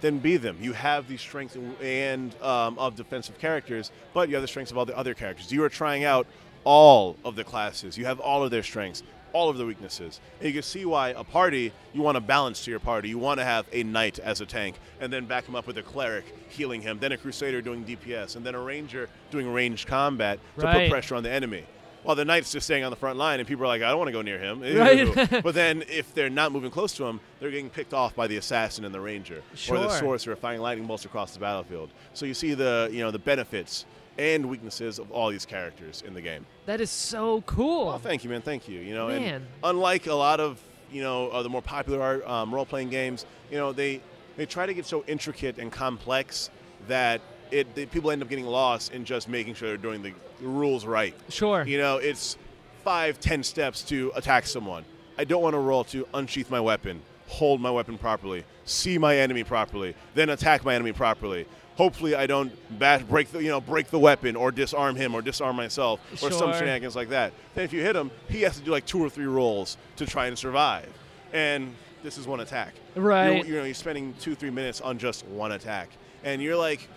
then be them. You have the strength and um, of defensive characters, but you have the strengths of all the other characters. You are trying out all of the classes. You have all of their strengths, all of their weaknesses. And you can see why a party you want to balance to your party. You want to have a knight as a tank, and then back him up with a cleric healing him, then a crusader doing DPS, and then a ranger doing ranged combat to put
Right.
pressure on the enemy. While the knight's just staying on the front line, and people are like, I don't want to go near him.
Right.
but then if they're not moving close to him, they're getting picked off by the assassin and the ranger, or the
Sure.
sorcerer firing lightning bolts across the battlefield. So you see the you know the benefits and weaknesses of all these characters in the game.
That is so cool.
Oh, thank you, man. Thank you. You know, and
Man.
unlike a lot of you know uh, the more popular art, um, role-playing games, you know they they try to get so intricate and complex that it the people end up getting lost in just making sure they're doing the rules right.
Sure.
You know, it's five, ten steps to attack someone. I don't want to roll to unsheath my weapon, hold my weapon properly, see my enemy properly, then attack my enemy properly. Hopefully, I don't bash, break the you know break the weapon or disarm him or disarm myself or some
Sure.
shenanigans like that. Then if you hit him, he has to do like two or three rolls to try and survive. And this is one attack. You're-
Right.
you know, you're spending two, three minutes on just one attack, and you're like,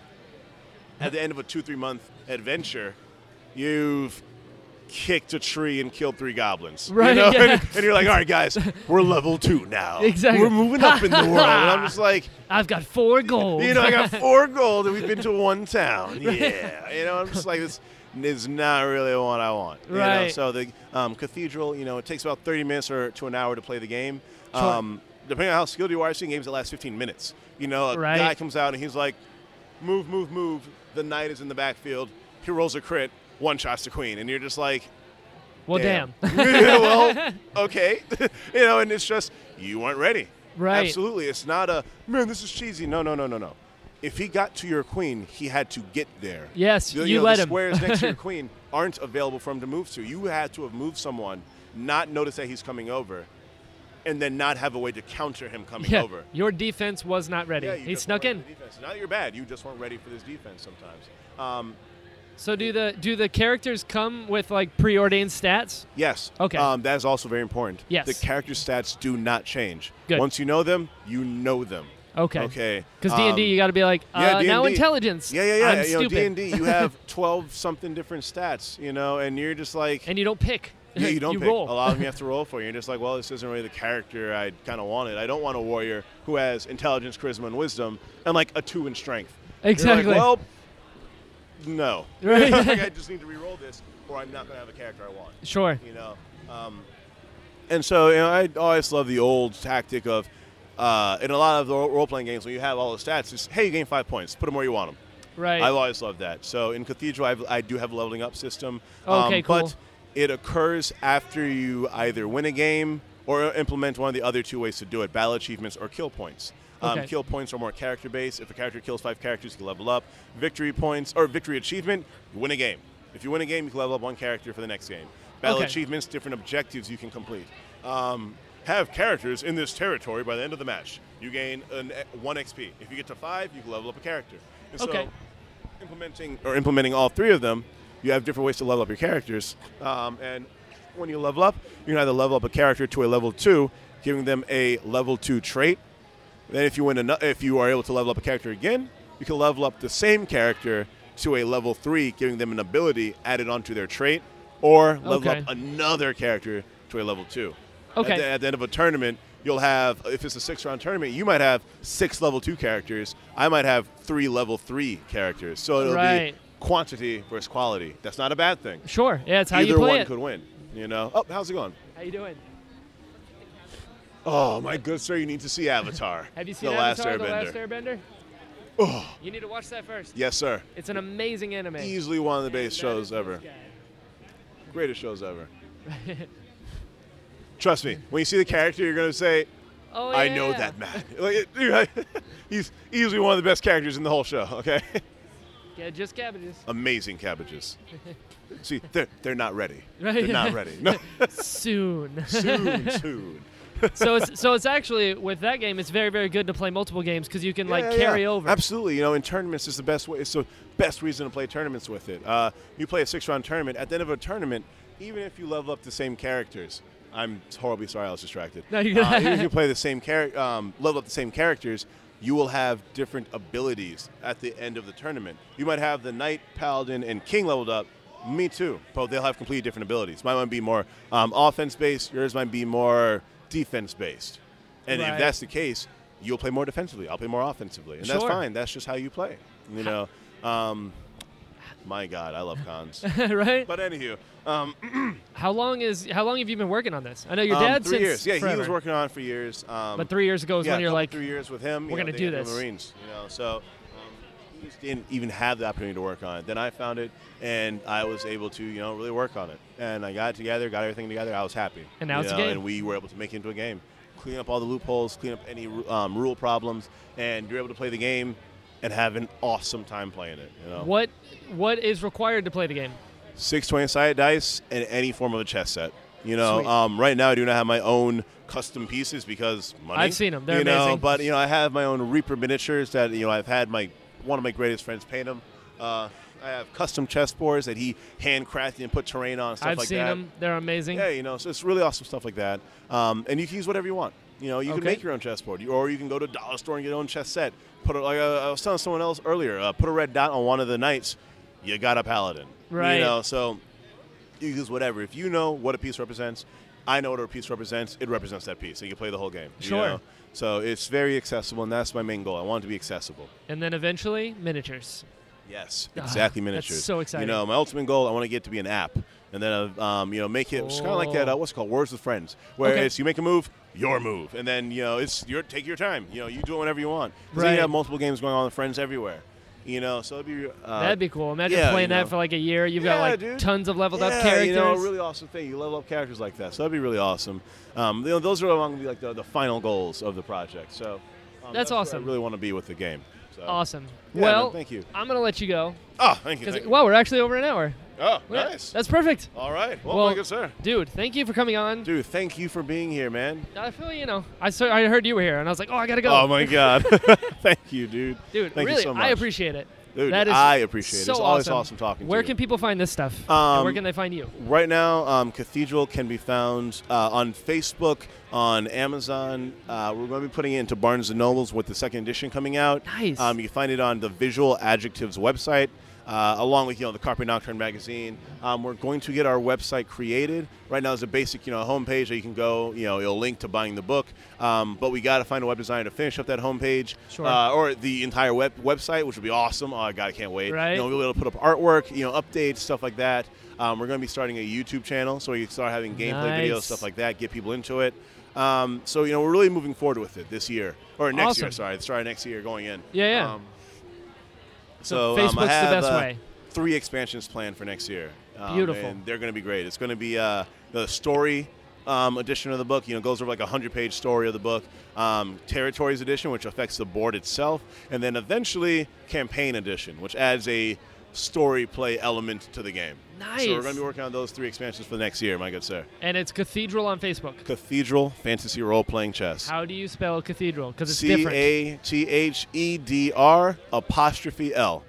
at the end of a two, three month adventure, you've kicked a tree and killed three goblins. You
Right,
know?
yeah.
and you're like, all right, guys, we're level two now.
Exactly.
We're moving up in the world. And I'm just like,
I've got four gold.
you know, I got four gold and we've been to one town. Yeah. You know, I'm just like, this is not really what I want. You know,
Right.
So the um, cathedral, you know, it takes about 30 minutes or to an hour to play the game.
Sure.
Um, depending on how skilled you are, I've seen games that last 15 minutes. You know, a
Right.
guy comes out and he's like, move, move, move. The knight is in the backfield. He rolls a crit, one shots to queen. And you're just like,
well, damn.
well, okay. you know, and it's just you weren't ready.
Right.
Absolutely. It's not a man. This is cheesy. No, no, no, no, no. If he got to your queen, he had to get there.
Yes, you
know,
let
the
him.
Squares next to your queen aren't available for him to move to. You had to have moved someone, not notice that he's coming over, and then not have a way to counter him coming
yeah.
over.
Your defense was not ready.
Yeah, you
he
just
snuck
weren't
in.
ready for defense. Not that you're bad. You just weren't ready for this defense sometimes. Um,
So do the do the characters come with like preordained stats?
Yes.
Okay.
Um, that is also very important.
Yes.
The character stats do not change.
Good.
Once you know them, you know them.
Okay.
Okay. um,
Because D and D, you got to be like, uh,
yeah,
now
D&D.
intelligence.
Yeah, yeah, yeah.
I'm
you know,
stupid.
D and D, you have twelve something different stats, you know, and you're just like,
And you don't pick.
yeah, you don't pick.
roll.
A lot of them you have to roll for. You're just like, well, this isn't really the character I kind of wanted. I don't want a warrior who has intelligence, charisma, and wisdom, and like a two in strength.
Exactly.
You're like, well, no.
Right.
Like, I just need to re-roll this, or I'm not gonna have a character I want
Sure.
you know. Um, and so you know, I always love the old tactic of, uh, in a lot of the role playing games, when you have all the stats, it's hey, you gain five points, put them where you want them.
Right.
I've always loved that. So in Cathedral, I've, I do have a leveling up system. Um,
Okay, cool.
But it occurs after you either win a game or implement one of the other two ways to do it battle achievements or kill points. Um,
Okay.
Kill points are more character based. If a character kills five characters, you can level up. Victory points or victory achievement, you win a game. If you win a game, you can level up one character for the next game. Battle
Okay.
achievements, different objectives you can complete. Um, have characters in this territory by the end of the match. You gain an, eh, one XP. If you get to five, you can level up a character. And so
Okay.
implementing or implementing all three of them, you have different ways to level up your characters. Um, and when you level up, you can either level up a character to a level two, giving them a level two trait. Then, if you win, ano- if you are able to level up a character again, you can level up the same character to a level three, giving them an ability added onto their trait, or level
Okay.
up another character to a level two.
Okay.
At the, at the end of a tournament, you'll have if it's a six-round tournament, you might have six level two characters. I might have three level three characters. So it'll
Right.
be quantity versus quality. That's not a bad thing.
Sure. Yeah, it's how
Either
you play
one
it.
could win. You know. Oh, how's it going?
How you doing?
Oh my good sir, you need to see Avatar.
Have you seen
the
Avatar:
Last
The Last
Airbender?
Airbender? You need to watch that first.
yes, sir.
It's an amazing anime.
Easily one of the best
And that is
shows
this
ever.
guy.
Greatest shows ever. Trust me, when you see the character, you're gonna say,
Oh,
"I know
yeah.
that man." Like, it- he's easily one of the best characters in the whole show. Okay.
Yeah, just cabbages.
amazing cabbages. See, they're they're not ready.
Right.
They're not ready. No.
Soon.
soon, soon.
so it's so it's actually with that game, it's very very good to play multiple games because you can like
Yeah, yeah,
carry
yeah.
over.
Absolutely. You know, in tournaments, it's the best way. It's the best reason to play tournaments with it. Uh, you play a six-round tournament. At the end of a tournament, even if you level up the same characters, I'm horribly sorry. I was distracted.
No, you're good.
uh, even if you play the same character, um, level up the same characters. You will have different abilities at the end of the tournament. You might have the knight, paladin, and king leveled up. Me too. But they'll have completely different abilities. Mine might be more um, offense based. Yours might be more defense based. And
Right.
if that's the case, you'll play more defensively. I'll play more offensively, and that's
Sure.
fine. That's just how you play. You know, um, my God, I love cons.
right?
but anywho, um,
how long is how long have you been working on this? I know your
um,
dad
three
since
years. Yeah, he was
forever.
working on it for years. Um,
But three years ago is
yeah,
when you're
couple-
like,
three years with him.
"We're
you know,
gonna
they
do
got the
this."
Marines, you know. So um, he just didn't even have the opportunity to work on it. Then I found it, and I was able to, you know, really work on it. And I got it together, got everything together. I was happy.
And now
you
it's a
know,
game.
And we were able to make it into a game, clean up all the loopholes, clean up any ru- um, rule problems, and you're able to play the game and have an awesome time playing it. You know,
what what is required to play the game?
six twenty sided dice and any form of a chess set. You know,
Sweet.
um, right now I do not have my own custom pieces because money.
I've seen 'em. They're
you know,
amazing.
But you know, I have my own Reaper miniatures that you know I've had my one of my greatest friends paint them. Uh, I have custom chess boards that he handcrafted and put terrain on and stuff
I've
like
seen
that.
them. They're amazing.
Yeah, you know, so it's really awesome stuff like that. Um, and you can use whatever you want. You know, you can
Okay.
make your own chessboard, You- or you can go to a dollar store and get your own chess set. Put a, like uh, I was telling someone else earlier, uh, put a red dot on one of the knights, you got a paladin.
Right.
You know, so you can use whatever. If you know what a piece represents, I know what a piece represents. It represents that piece. And you can play the whole game. you
Sure.
know? So it's very accessible, and that's my main goal. I want it to be accessible.
And then eventually miniatures.
Yes,
Ah,
exactly.
that's
miniatures.
so exciting.
You know, my ultimate goal, I want to get to be an app, and then uh, um, you know, make it it's kind of like that.
Oh.
Uh, what's it called Words with Friends, where
Okay.
it's you make a move, your move, and then you know, it's your take your time. You know, you do it whenever you want. 'Cause then
Right.
You have multiple games going on with friends everywhere. You know, so it'd be uh,
That'd be cool. Imagine
yeah,
playing
you
that
know.
for like a year. You've got
Yeah,
like
dude.
tons of leveled
yeah,
up characters.
You know, a really awesome thing. You level up characters like that, so that'd be really awesome. Um, you know, those are among the, like the, the final goals of the project. So um,
That's
where
awesome.
I really want to be with the game. So.
awesome.
Yeah, man,
well,
thank you.
I'm gonna let you go
Oh, thank you.
because
Thank you.
wow, we're actually over an hour.
Oh,
Yeah,
nice.
That's perfect.
All right. Well,
Well,
my good sir.
Dude, thank you for coming on.
Dude, thank you for being here, man.
I feel you know. I saw, I heard you were here, and I was like, oh, I gotta go.
Oh my God! thank you, dude.
Dude,
thank
really,
you so much.
I appreciate it.
Dude,
that is
I appreciate it.
so
It's always
awesome.
awesome talking to
Where
you.
can people find this stuff? and
Um,
where can they find you?
Right now, um, Cathedral can be found uh, on Facebook, on Amazon. Uh, we're going to be putting it into Barnes and Nobles with the second edition coming out.
Nice.
Um, you can find it on the Visual Adjectives website, uh, along with you know the Carpe Nocturne magazine. Um, we're going to get our website created. Right now, it's a basic you know homepage that you can go. You know, it'll link to buying the book. Um, but we got to find a web designer to finish up that homepage,
Sure.
uh, or the entire web website, which would be awesome. Oh God, I can't wait.
Right.
You know, we'll be able to put up artwork, you know, updates, stuff like that. Um, we're going to be starting a YouTube channel, so you can start having gameplay videos,
Nice.
stuff like that, get people into it. Um, so you know, we're really moving forward with it this year or next year.
Awesome.
Sorry, starting next year, going in. Um,
Yeah, yeah.
so
So
um, I
Facebook's the
have,
best
uh,
way.
Three expansions planned for next year. Um,
Beautiful.
And they're going to be great. It's going to be uh, the story um, edition of the book. You know, goes over like a hundred-page story of the book. Um, territories edition, which affects the board itself, and then eventually campaign edition, which adds a story play element to the game. So we're
Nice.
going to be working on those three expansions for next year, my good sir.
And it's Cathedral on Facebook.
Cathedral Fantasy Role Playing Chess.
How do you spell Cathedral? Because it's
C
different.
A T H E D R apostrophe L.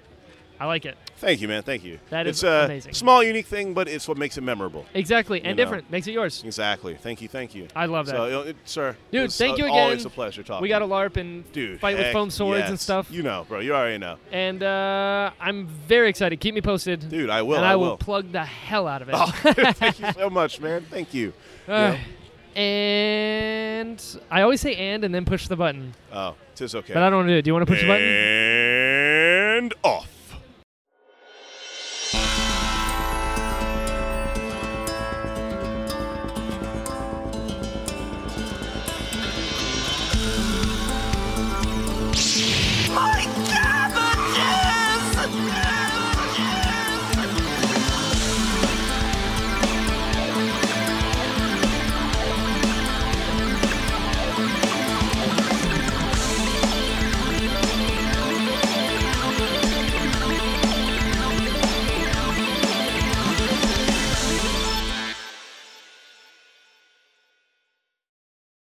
I like it.
Thank you, man. Thank you.
That
it's
is
a
amazing.
small, unique thing, but it's what makes it memorable.
Exactly, and
know.
different makes it yours.
Exactly. Thank you. Thank you.
I love that.
So, you know, it, sir,
Dude,
it's,
thank you
uh,
again.
Always a pleasure talking.
We got
to
to
you.
LARP and
dude
fight with
heck
foam swords and
yes.
stuff.
You know, bro. You already know,
and uh, I'm very excited. Keep me posted.
dude. I will. Oh,
and
I,
will. plug the hell out of it.
thank you so much, man. Thank you.
Uh,
You
And I always say and and then push the button,
know? Oh, tis okay.
but I don't want to do it. Do you want to push the button?
And-